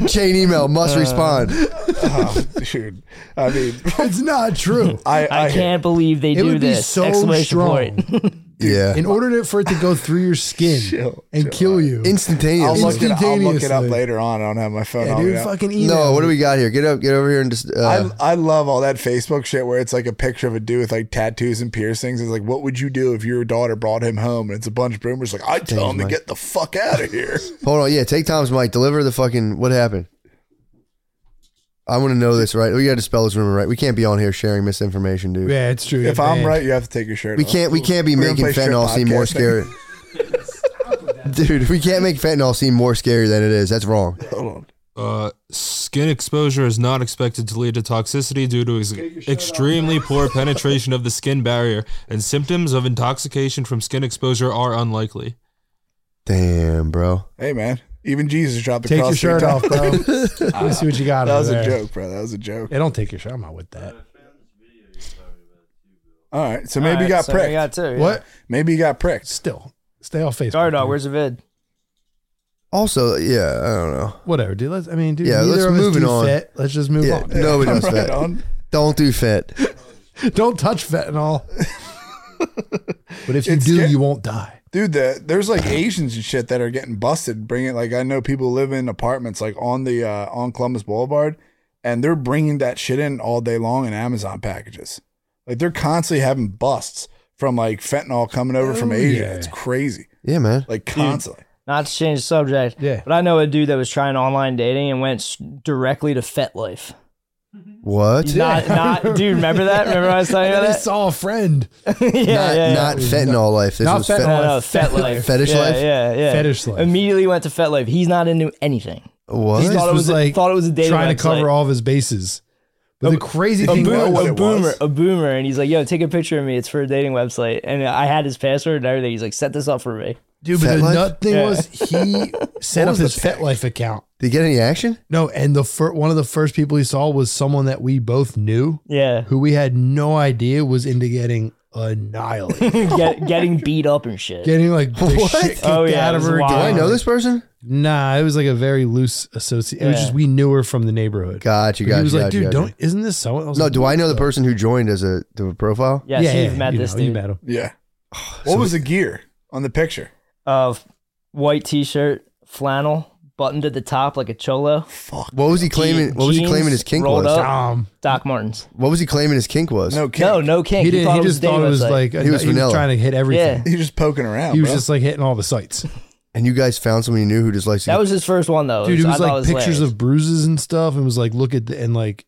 Speaker 1: Chain email must respond.
Speaker 4: Oh, dude, I mean,
Speaker 2: it's not true.
Speaker 4: I
Speaker 3: I, can't believe they
Speaker 2: It
Speaker 3: do
Speaker 2: would be
Speaker 3: this.
Speaker 2: so
Speaker 3: Exclamation
Speaker 2: strong.
Speaker 3: point.
Speaker 1: Yeah,
Speaker 2: In order to, for it to go through your skin
Speaker 4: Chill,
Speaker 2: and
Speaker 4: chill,
Speaker 2: kill you,
Speaker 4: I'll
Speaker 1: instantaneous.
Speaker 4: look, it, I'll look it up
Speaker 2: Instantaneously.
Speaker 4: later on. I don't have my phone.
Speaker 2: yeah,
Speaker 4: on
Speaker 2: dude,
Speaker 4: me now.
Speaker 2: fucking email.
Speaker 1: Oh, no, what do
Speaker 2: me.
Speaker 1: we got here? Get up, get over here, and just. Uh,
Speaker 4: I, I love all that Facebook shit where it's like a picture of a dude with like tattoos and piercings. It's like, what would you do if your daughter brought him home? And it's a bunch of boomers like, I'd tell him to get the fuck out of here.
Speaker 1: hold on, yeah, take Tom's mic. Deliver the fucking. What happened? I want to know this, right? We got to spell this rumor right. We can't be on here sharing misinformation, dude.
Speaker 2: Yeah, it's true.
Speaker 4: if
Speaker 2: You're
Speaker 4: I'm
Speaker 2: banned.
Speaker 4: right, you have to take your shirt
Speaker 1: We
Speaker 4: off.
Speaker 1: can't. We can't be
Speaker 4: We're gonna
Speaker 1: making
Speaker 4: play strip
Speaker 1: fentanyl seem more
Speaker 4: podcasting.
Speaker 1: scary. Dude, we can't make fentanyl seem more scary than it is. That's wrong.
Speaker 4: Hold on.
Speaker 5: Uh, skin exposure is not expected to lead to toxicity due to ex- extremely poor penetration of the skin barrier, and symptoms of intoxication from skin exposure are unlikely.
Speaker 1: Damn, bro.
Speaker 4: Hey, man. Even Jesus dropped the
Speaker 2: Take your
Speaker 4: cross
Speaker 2: shirt
Speaker 4: three
Speaker 2: off,
Speaker 4: times.
Speaker 2: bro. Let's see what you got.
Speaker 4: That was
Speaker 2: over
Speaker 4: a
Speaker 2: there.
Speaker 4: joke, bro. That was a joke.
Speaker 2: Yeah, don't take your shirt. I'm not with that.
Speaker 4: All right. So maybe you
Speaker 3: Alright,
Speaker 4: got
Speaker 3: so
Speaker 4: pricked.
Speaker 3: We got two. yeah.
Speaker 2: What?
Speaker 4: maybe you got pricked.
Speaker 2: Still, stay off Facebook.
Speaker 3: Sorry, dog.
Speaker 2: dude.
Speaker 3: Where's the vid?
Speaker 1: Also, yeah, I don't know.
Speaker 2: Whatever, dude. Let's. I mean, dude.
Speaker 1: Yeah,
Speaker 2: neither
Speaker 1: let's
Speaker 2: of us
Speaker 1: move it
Speaker 2: do
Speaker 1: on.
Speaker 2: Fit. Let's just move
Speaker 1: Yeah,
Speaker 2: on.
Speaker 1: nobody knows
Speaker 4: Right
Speaker 1: fent.
Speaker 4: on.
Speaker 1: Don't do fent.
Speaker 2: Don't touch fentanyl. but if you
Speaker 4: It's
Speaker 2: do,
Speaker 4: scary.
Speaker 2: you won't die.
Speaker 4: Dude, the, there's like Asians and shit that are getting busted. Bringing like I know people live in apartments like on the uh, on Columbus Boulevard, and they're bringing that shit in all day long in Amazon packages. Like they're constantly having busts from like fentanyl coming over from
Speaker 2: Oh,
Speaker 4: Asia.
Speaker 2: yeah.
Speaker 4: It's crazy,
Speaker 1: Yeah, man.
Speaker 4: like constantly.
Speaker 3: Not to change the subject.
Speaker 2: Yeah.
Speaker 3: But I know a dude that was trying online dating and went s- directly to FetLife.
Speaker 1: What?
Speaker 3: Not, not, dude. Remember that? Remember I was talking
Speaker 2: And
Speaker 3: about
Speaker 2: I
Speaker 3: that?
Speaker 2: saw a friend.
Speaker 3: yeah,
Speaker 1: not
Speaker 3: yeah, yeah.
Speaker 1: not fentanyl life. This
Speaker 2: Not
Speaker 1: was fent-
Speaker 2: fentanyl.
Speaker 3: No, no,
Speaker 2: life.
Speaker 3: Fet Life.
Speaker 1: Fetish
Speaker 3: yeah,
Speaker 1: life?
Speaker 3: Yeah, yeah.
Speaker 2: Fetish life.
Speaker 3: Immediately went to Fet Life. He's not into anything.
Speaker 1: What?
Speaker 3: He
Speaker 2: He
Speaker 3: thought
Speaker 2: just
Speaker 3: it was, a,
Speaker 2: like
Speaker 3: thought it was a dating
Speaker 2: trying
Speaker 3: website.
Speaker 2: to cover all of his bases. But the crazy
Speaker 3: a,
Speaker 2: thing
Speaker 3: boomer,
Speaker 4: know what
Speaker 3: a
Speaker 4: it
Speaker 3: boomer,
Speaker 4: was?
Speaker 3: a boomer, and he's like, "Yo, take a picture of me. It's for a dating website." And I had his password and everything. He's like, "Set this up for me."
Speaker 2: dude, but the
Speaker 1: FetLife?
Speaker 2: nut thing
Speaker 3: Yeah.
Speaker 2: was he set up
Speaker 4: was
Speaker 2: his
Speaker 4: the tag?
Speaker 2: FetLife account.
Speaker 1: Did he get any action?
Speaker 2: No, and the fir- one of the first people he saw was someone that we both knew,
Speaker 3: Yeah,
Speaker 2: who we had no idea was into getting annihilated,
Speaker 3: Get, getting beat up and shit.
Speaker 2: getting like the
Speaker 1: What?
Speaker 2: shit kicked
Speaker 3: Oh, yeah,
Speaker 2: out
Speaker 3: it
Speaker 2: of
Speaker 3: was
Speaker 2: her.
Speaker 3: wild.
Speaker 1: Do I
Speaker 3: Um,
Speaker 1: know this person?
Speaker 2: Nah, it was like a very loose associate. It was
Speaker 3: Yeah.
Speaker 2: just we knew her from the neighborhood.
Speaker 1: Gotcha,
Speaker 2: But
Speaker 1: gotcha.
Speaker 2: he was like,
Speaker 1: gotcha,
Speaker 2: dude,
Speaker 1: gotcha.
Speaker 2: don't. Isn't this someone? I was
Speaker 1: No,
Speaker 2: like,
Speaker 1: do I know the person who joined as a to a profile?
Speaker 3: Yes, you've met
Speaker 2: you
Speaker 3: this
Speaker 2: know, you
Speaker 3: dude.
Speaker 2: met him.
Speaker 4: Yeah. What was the gear on the picture?
Speaker 3: Of white t-shirt, flannel, buttoned at the top like a cholo.
Speaker 1: What was he claiming? What was he
Speaker 3: Jeans
Speaker 1: claiming his kink
Speaker 3: rolled
Speaker 1: was?
Speaker 3: up.
Speaker 2: Um,
Speaker 3: Doc Martens.
Speaker 1: What was he claiming his kink was?
Speaker 4: No, kid.
Speaker 3: No, no kink.
Speaker 2: he didn't.
Speaker 3: thought
Speaker 2: He
Speaker 3: it was
Speaker 2: just
Speaker 3: a dating
Speaker 2: thought it was
Speaker 3: website.
Speaker 2: like
Speaker 1: He was vanilla.
Speaker 2: trying to hit everything.
Speaker 4: He was just poking around.
Speaker 2: He was
Speaker 4: bro.
Speaker 2: just like hitting all the sites,
Speaker 1: And you guys found someone you knew who just likes to
Speaker 3: that was his first one though.
Speaker 2: dude. It
Speaker 3: Oh, I
Speaker 2: was
Speaker 3: thought
Speaker 2: like pictures
Speaker 3: hilarious.
Speaker 2: of bruises and stuff, and was like, look at the and like,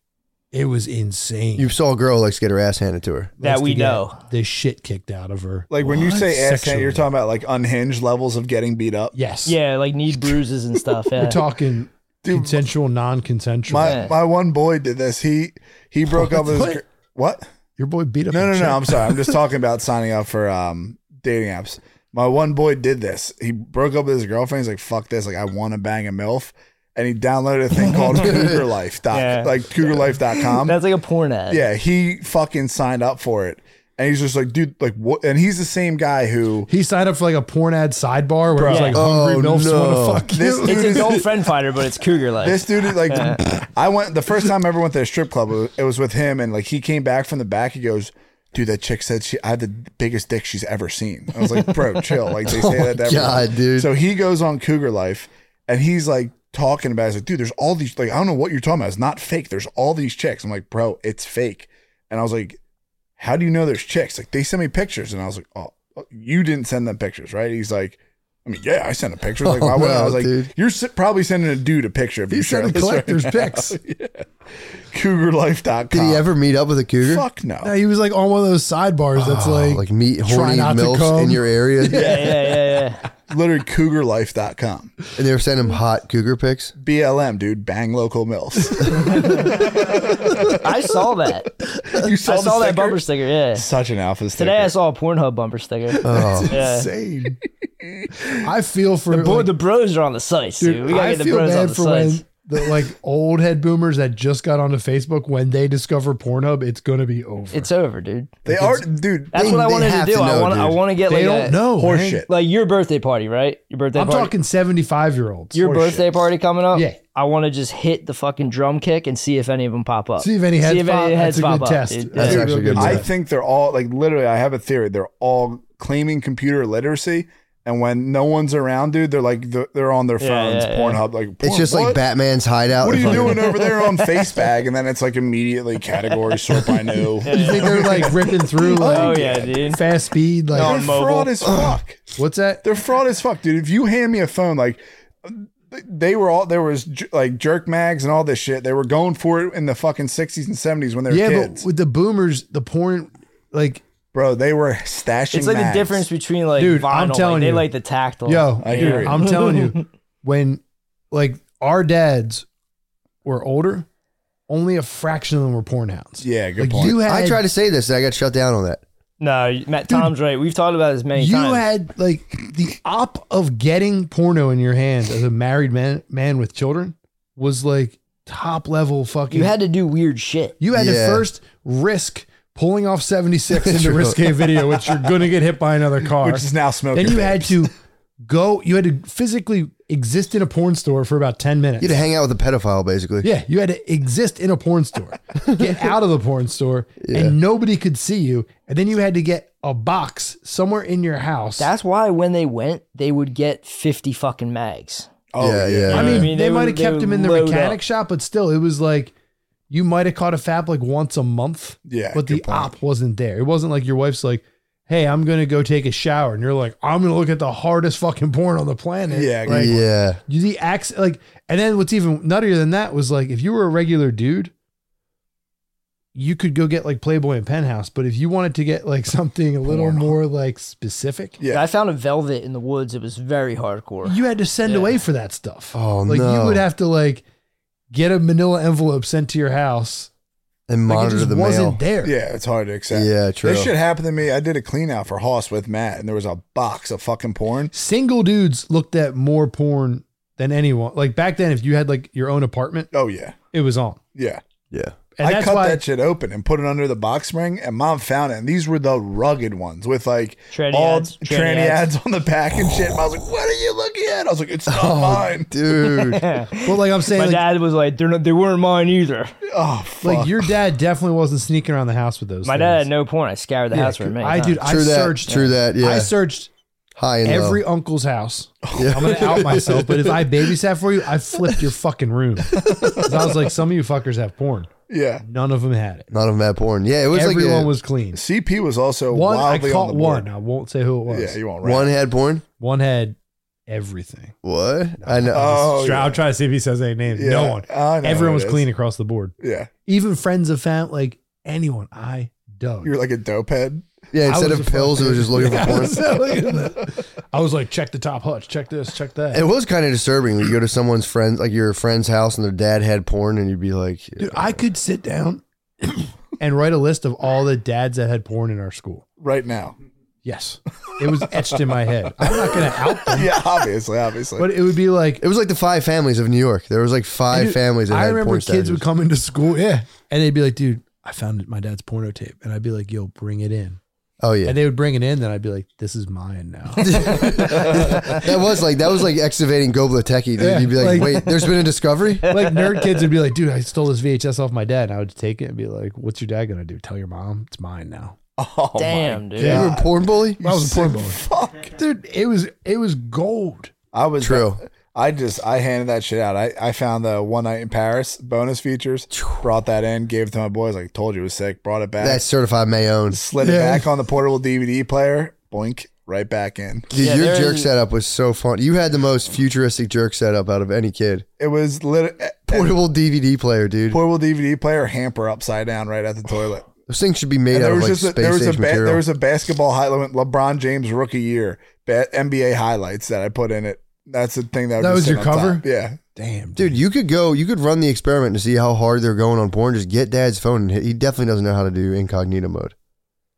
Speaker 2: it was insane.
Speaker 1: You saw a girl who likes to get her ass handed to her.
Speaker 3: that
Speaker 2: Likes to
Speaker 3: we
Speaker 2: get
Speaker 3: know.
Speaker 2: the shit kicked out of her.
Speaker 4: like when you say ass, hand,
Speaker 2: Sexually.
Speaker 4: you're talking about like unhinged levels of getting beat up.
Speaker 2: yes,
Speaker 3: Yeah, like knee bruises and stuff. Yeah.
Speaker 2: We're talking
Speaker 4: Dude,
Speaker 2: consensual, non-consensual.
Speaker 4: My
Speaker 3: Yeah.
Speaker 4: my one boy did this. He he broke up with his
Speaker 2: What?
Speaker 4: gir- what?
Speaker 2: Your boy beat up.
Speaker 4: No,
Speaker 2: a
Speaker 4: no,
Speaker 2: chick.
Speaker 4: no. I'm sorry. I'm just talking about signing up for um, dating apps. My one boy did this. He broke up with his girlfriend. He's like, "Fuck this! Like, I want to bang a milf." And he downloaded a thing called Cougar Life. Doc,
Speaker 3: Yeah.
Speaker 4: Like CougarLife.com.
Speaker 3: That's like a porn ad.
Speaker 4: Yeah, he fucking signed up for it, and he's just like, "Dude, like what?" And he's the same guy who
Speaker 2: He signed up for like a porn ad sidebar where it was
Speaker 3: Bro.
Speaker 2: like hungry
Speaker 1: Oh,
Speaker 2: milfs
Speaker 1: no.
Speaker 2: want to fuck
Speaker 4: this
Speaker 2: you.
Speaker 4: dude
Speaker 3: It's
Speaker 4: is
Speaker 3: an old friend fighter, but it's cougar like.
Speaker 4: This dude is like, I went the first time I ever went to a strip club. It was, it was with him, and like he came back from the back. He goes, "Dude, that chick said she I had the biggest dick she's ever seen." I was like, "Bro, chill." Like they say that. to everyone.
Speaker 1: Oh God, dude.
Speaker 4: So he goes on Cougar Life, and he's like talking about. It. He's like, "Dude, there's all these like I don't know what you're talking about. It's not fake. There's all these chicks." I'm like, "Bro, it's fake." And I was like, "How do you know there's chicks?" Like they sent me pictures, and I was like, "Oh, you didn't send them pictures, right?" He's like. I mean, yeah, I sent a picture. Like, why would I? I
Speaker 1: no,
Speaker 4: was like,
Speaker 1: Oh, dude.
Speaker 4: you're s- probably sending a dude a picture of
Speaker 2: He's
Speaker 4: your
Speaker 2: sending
Speaker 4: shirtless right
Speaker 2: collector's
Speaker 4: now.
Speaker 2: pics.
Speaker 4: CougarLife.com.
Speaker 1: Did he ever meet up with a cougar? Oh,
Speaker 4: Fuck no.
Speaker 2: No, he was like on one of those sidebars that's
Speaker 4: Oh,
Speaker 2: like,
Speaker 1: like meet
Speaker 2: try
Speaker 1: horny
Speaker 2: not to
Speaker 1: milfs
Speaker 2: come.
Speaker 1: in your area,
Speaker 3: Yeah, yeah, yeah, yeah.
Speaker 4: Literally CougarLife.com.
Speaker 1: and they were sending him hot cougar pics.
Speaker 4: BLM, dude. Bang local milfs.
Speaker 3: I saw that.
Speaker 4: you
Speaker 3: I
Speaker 4: saw,
Speaker 3: saw
Speaker 4: the
Speaker 3: that bumper
Speaker 4: sticker?
Speaker 3: sticker. Yeah.
Speaker 4: Such an alpha sticker.
Speaker 3: Today I saw a Pornhub bumper sticker.
Speaker 1: Oh,
Speaker 3: yeah.
Speaker 2: insane. I feel for
Speaker 3: Boy,
Speaker 2: like,
Speaker 3: the bros are on the sites, dude.
Speaker 2: dude,
Speaker 3: we gotta
Speaker 2: I
Speaker 3: get the
Speaker 2: feel
Speaker 3: bros on
Speaker 2: bad
Speaker 3: the
Speaker 2: for
Speaker 3: sites.
Speaker 2: when the like old head boomers that just got onto Facebook when they discover Pornhub, it's gonna be over.
Speaker 3: It's over, dude.
Speaker 4: they are, dude.
Speaker 3: That's
Speaker 1: They-
Speaker 3: what I
Speaker 1: they
Speaker 3: wanted to
Speaker 1: have
Speaker 3: do.
Speaker 1: to
Speaker 3: I
Speaker 1: know,
Speaker 3: want. I
Speaker 1: dude.
Speaker 3: want to get
Speaker 2: they
Speaker 3: like
Speaker 2: don't
Speaker 3: a,
Speaker 2: know man.
Speaker 4: Horseshit.
Speaker 3: like your birthday party, right? Your birthday
Speaker 2: I'm
Speaker 3: party.
Speaker 2: talking 75 year olds.
Speaker 3: your birthday party coming up.
Speaker 2: Yeah.
Speaker 3: I want to just hit the fucking drum kick and see if any of them pop up.
Speaker 2: See if any heads
Speaker 3: See if
Speaker 2: pop.
Speaker 3: any heads
Speaker 2: that's a
Speaker 3: pop
Speaker 2: good
Speaker 3: up,
Speaker 2: test.
Speaker 3: dude.
Speaker 1: That's
Speaker 3: Yeah.
Speaker 1: actually a good
Speaker 4: I
Speaker 1: test.
Speaker 4: think they're all like literally. I have a theory. They're all claiming computer literacy, and when no one's around, dude, they're like they're, they're on their
Speaker 3: Yeah,
Speaker 4: phones,
Speaker 3: yeah, yeah.
Speaker 4: Pornhub. Like
Speaker 1: it's
Speaker 4: "Porn-
Speaker 1: just
Speaker 4: what?
Speaker 1: like Batman's hideout.
Speaker 4: What are
Speaker 1: in
Speaker 4: you
Speaker 1: fucking-
Speaker 4: doing over there on FaceBag? And then it's like immediately category sort by new.
Speaker 2: You think they're like ripping through like
Speaker 3: Oh yeah, dude.
Speaker 2: fast speed? Like
Speaker 4: They're
Speaker 3: On mobile.
Speaker 4: fraud as fuck.
Speaker 2: what's that?
Speaker 4: They're fraud as fuck, dude. If you hand me a phone, like they were all there was j- like jerk mags and all this shit. They were going for it in the fucking sixties and seventies when they were
Speaker 2: Yeah,
Speaker 4: kids,
Speaker 2: but with the boomers, the porn like
Speaker 4: bro. They were stashing.
Speaker 3: It's like
Speaker 4: mags.
Speaker 3: the difference between like
Speaker 2: Dude,
Speaker 3: vinyl.
Speaker 2: I'm
Speaker 3: like,
Speaker 2: telling
Speaker 3: they
Speaker 2: you.
Speaker 3: like the tactile.
Speaker 2: Yo,
Speaker 4: Oh, I
Speaker 2: dude,
Speaker 4: hear you.
Speaker 2: I'm telling you, when like our dads were older, only a fraction of them were porn hounds.
Speaker 4: Yeah, good
Speaker 2: like
Speaker 4: point.
Speaker 2: you had,
Speaker 1: I tried to say this, and I got shut down on that.
Speaker 3: No, Matt Tom's right. We've talked about this many
Speaker 2: you
Speaker 3: times.
Speaker 2: had like the op of getting porno in your hand as a married man, man with children was like top level fucking.
Speaker 3: you had to do weird shit.
Speaker 2: you had
Speaker 1: Yeah.
Speaker 2: to first risk pulling off 76 into
Speaker 1: True.
Speaker 2: risque video, which you're gonna get hit by another car.
Speaker 4: which is now smoking.
Speaker 2: then you had
Speaker 4: papers.
Speaker 2: to go. You had to physically exist in a porn store for about 10 minutes.
Speaker 1: You had to hang out with a pedophile, basically.
Speaker 2: Yeah, you had to exist in a porn store, get out of the porn store, and nobody could see you. And then you had to get a box somewhere in your house.
Speaker 3: That's why when they went, they would get fifty fucking mags.
Speaker 4: Oh
Speaker 1: Yeah,
Speaker 4: yeah,
Speaker 1: yeah.
Speaker 2: I
Speaker 3: I
Speaker 2: mean,
Speaker 3: mean,
Speaker 2: they,
Speaker 3: they
Speaker 2: might
Speaker 3: would-
Speaker 2: have
Speaker 3: they
Speaker 2: kept
Speaker 3: would
Speaker 2: him in the
Speaker 3: load
Speaker 2: mechanic
Speaker 3: up.
Speaker 2: shop, but still, it was like you might have caught a fab like once a month.
Speaker 4: Yeah,
Speaker 2: but the
Speaker 4: good point.
Speaker 2: op wasn't there. It wasn't like your wife's like, "Hey, I'm gonna go take a shower," and you're like, "I'm gonna look at the hardest fucking porn on the planet."
Speaker 4: Yeah,
Speaker 2: like,
Speaker 1: yeah.
Speaker 2: You the acts like, and then what's even nuttier than that was like, if you were a regular dude, you could go get like Playboy and Penthouse, but if you wanted to get like something a little
Speaker 4: Porn.
Speaker 2: more like specific,
Speaker 4: Yeah.
Speaker 3: I found a velvet in the woods. It was very hardcore.
Speaker 2: you had to send
Speaker 3: Yeah.
Speaker 2: away for that stuff.
Speaker 1: Oh,
Speaker 2: like
Speaker 1: no.
Speaker 2: you would have to like get a Manila envelope sent to your house.
Speaker 1: And
Speaker 2: Like it
Speaker 1: monitor
Speaker 2: just
Speaker 1: the
Speaker 2: wasn't
Speaker 1: mail.
Speaker 2: there.
Speaker 4: Yeah, it's hard to accept.
Speaker 1: Yeah, true.
Speaker 4: This shit happened to me. I did a clean out for Hoss with Matt, and there was a box of fucking porn.
Speaker 2: Single dudes looked at more porn than anyone. Like back then, if you had like your own apartment,
Speaker 4: Oh yeah,
Speaker 2: it was on.
Speaker 4: yeah.
Speaker 1: Yeah.
Speaker 2: And
Speaker 4: I
Speaker 2: that's
Speaker 4: cut
Speaker 2: why
Speaker 4: that shit open and put it under the box spring, and mom found it. And these were the rugged ones with like
Speaker 3: Tranny
Speaker 4: all
Speaker 3: ads,
Speaker 4: tranny,
Speaker 3: tranny
Speaker 4: ads. on the back and shit. And I was like, "What are you looking at?" I was like, "It's not
Speaker 2: Oh.
Speaker 4: mine."
Speaker 1: Dude.
Speaker 2: but like I'm saying
Speaker 3: My
Speaker 2: like,
Speaker 3: dad was like, "They're not. They weren't mine either."
Speaker 4: Oh fuck!
Speaker 2: like your dad definitely wasn't sneaking around the house with those
Speaker 3: My
Speaker 2: things.
Speaker 3: dad had no porn. I scoured the house for him. many
Speaker 2: I
Speaker 3: times.
Speaker 2: dude, I
Speaker 1: True that.
Speaker 2: searched
Speaker 1: True that. Yeah.
Speaker 2: I searched
Speaker 1: High and
Speaker 2: every
Speaker 1: low.
Speaker 2: uncle's house. I'm gonna out myself, but if I babysat for you, I flipped your fucking room. 'Cause I was like, some of you fuckers have porn.
Speaker 4: yeah,
Speaker 2: None of them had it.
Speaker 1: None of them had porn. Yeah, it was
Speaker 2: Everyone
Speaker 1: like a,
Speaker 2: was clean.
Speaker 4: CP was also
Speaker 2: One I
Speaker 4: wildly on
Speaker 2: caught
Speaker 4: the board.
Speaker 2: one. I won't say who it was.
Speaker 4: Yeah, you won't. Right.
Speaker 1: one had porn.
Speaker 2: One had everything.
Speaker 1: What? I know.
Speaker 4: Oh,
Speaker 2: Stra-
Speaker 4: yeah.
Speaker 2: I'll try to see if he says any names. No
Speaker 4: Yeah,
Speaker 2: one.
Speaker 4: I know
Speaker 2: Everyone
Speaker 4: who
Speaker 2: was
Speaker 4: it is.
Speaker 2: clean across the board.
Speaker 4: Yeah,
Speaker 2: Even friends of fam, like anyone. I dug.
Speaker 4: you're like a dope head.
Speaker 1: yeah,
Speaker 2: I
Speaker 1: instead
Speaker 2: was
Speaker 1: of
Speaker 2: a
Speaker 1: pills, it was just
Speaker 2: fucking-
Speaker 1: looking for porn.
Speaker 2: I was like, check the top hutch, check this, check that.
Speaker 1: It was kind of disturbing when you go to someone's friend, like your friend's house, and their dad had porn, and you'd be like,
Speaker 2: Dude, I could sit down and write a list of all the dads that had porn in our school.
Speaker 4: Right now.
Speaker 2: Yes. It was etched in my head. I'm not going to out them,
Speaker 4: Yeah, obviously, obviously.
Speaker 2: but it would be like
Speaker 1: It was like the five families of New York. There was like five
Speaker 2: Dude,
Speaker 1: families that
Speaker 2: I
Speaker 1: had
Speaker 2: remember
Speaker 1: porn
Speaker 2: kids would
Speaker 1: statues.
Speaker 2: come into school, yeah, and they'd be like, "Dude, I found my dad's porno tape," and I'd be like, "Yo, bring it in,"
Speaker 1: Oh yeah,
Speaker 2: and they would bring it in, then I'd be like, "This is mine now."
Speaker 1: that was like that was like excavating Gobleteki. Dude,
Speaker 2: Yeah,
Speaker 1: you'd be like,
Speaker 2: like-
Speaker 1: wait, there's been a discovery.
Speaker 2: like nerd kids would be like, "Dude, I stole this VHS off my dad," and I would take it and be like, "What's your dad gonna do? Tell your mom it's mine now."
Speaker 4: oh,
Speaker 3: Damn, dude.
Speaker 1: You were a porn bully.
Speaker 2: I was a porn boy,
Speaker 4: fuck.
Speaker 2: dude. It was it was gold.
Speaker 4: I was
Speaker 1: True.
Speaker 4: I just I handed that shit out. I, I found the one night in Paris bonus features, brought that in, gave it to my boys. Like told you it was sick. Brought it back,
Speaker 1: That's certified Mayone.
Speaker 4: slid it back on the portable DVD player. Boink. right back in.
Speaker 1: Dude,
Speaker 3: Yeah,
Speaker 1: your
Speaker 3: there
Speaker 1: jerk
Speaker 3: is-
Speaker 1: setup was so fun. You had the most futuristic jerk setup out of any kid.
Speaker 4: It was lit- a- a
Speaker 1: Portable DVD player, dude.
Speaker 4: portable DVD player hamper upside down right at the toilet.
Speaker 1: Those things should be made
Speaker 4: And
Speaker 1: out
Speaker 4: there
Speaker 1: of
Speaker 4: was
Speaker 1: like
Speaker 4: just a,
Speaker 1: space
Speaker 4: there was a
Speaker 1: age
Speaker 4: ba-
Speaker 1: material.
Speaker 4: there was a basketball highlight LeBron James rookie year ba- NBA highlights that I put in it. That's the thing that
Speaker 2: That
Speaker 4: would
Speaker 2: was
Speaker 4: sit
Speaker 2: your
Speaker 4: on
Speaker 2: cover?
Speaker 4: top. Yeah,
Speaker 2: Damn,
Speaker 1: Dude, you could go, you could run the experiment to see how hard they're going on porn. Just get dad's phone. and hit- He definitely doesn't know how to do incognito mode.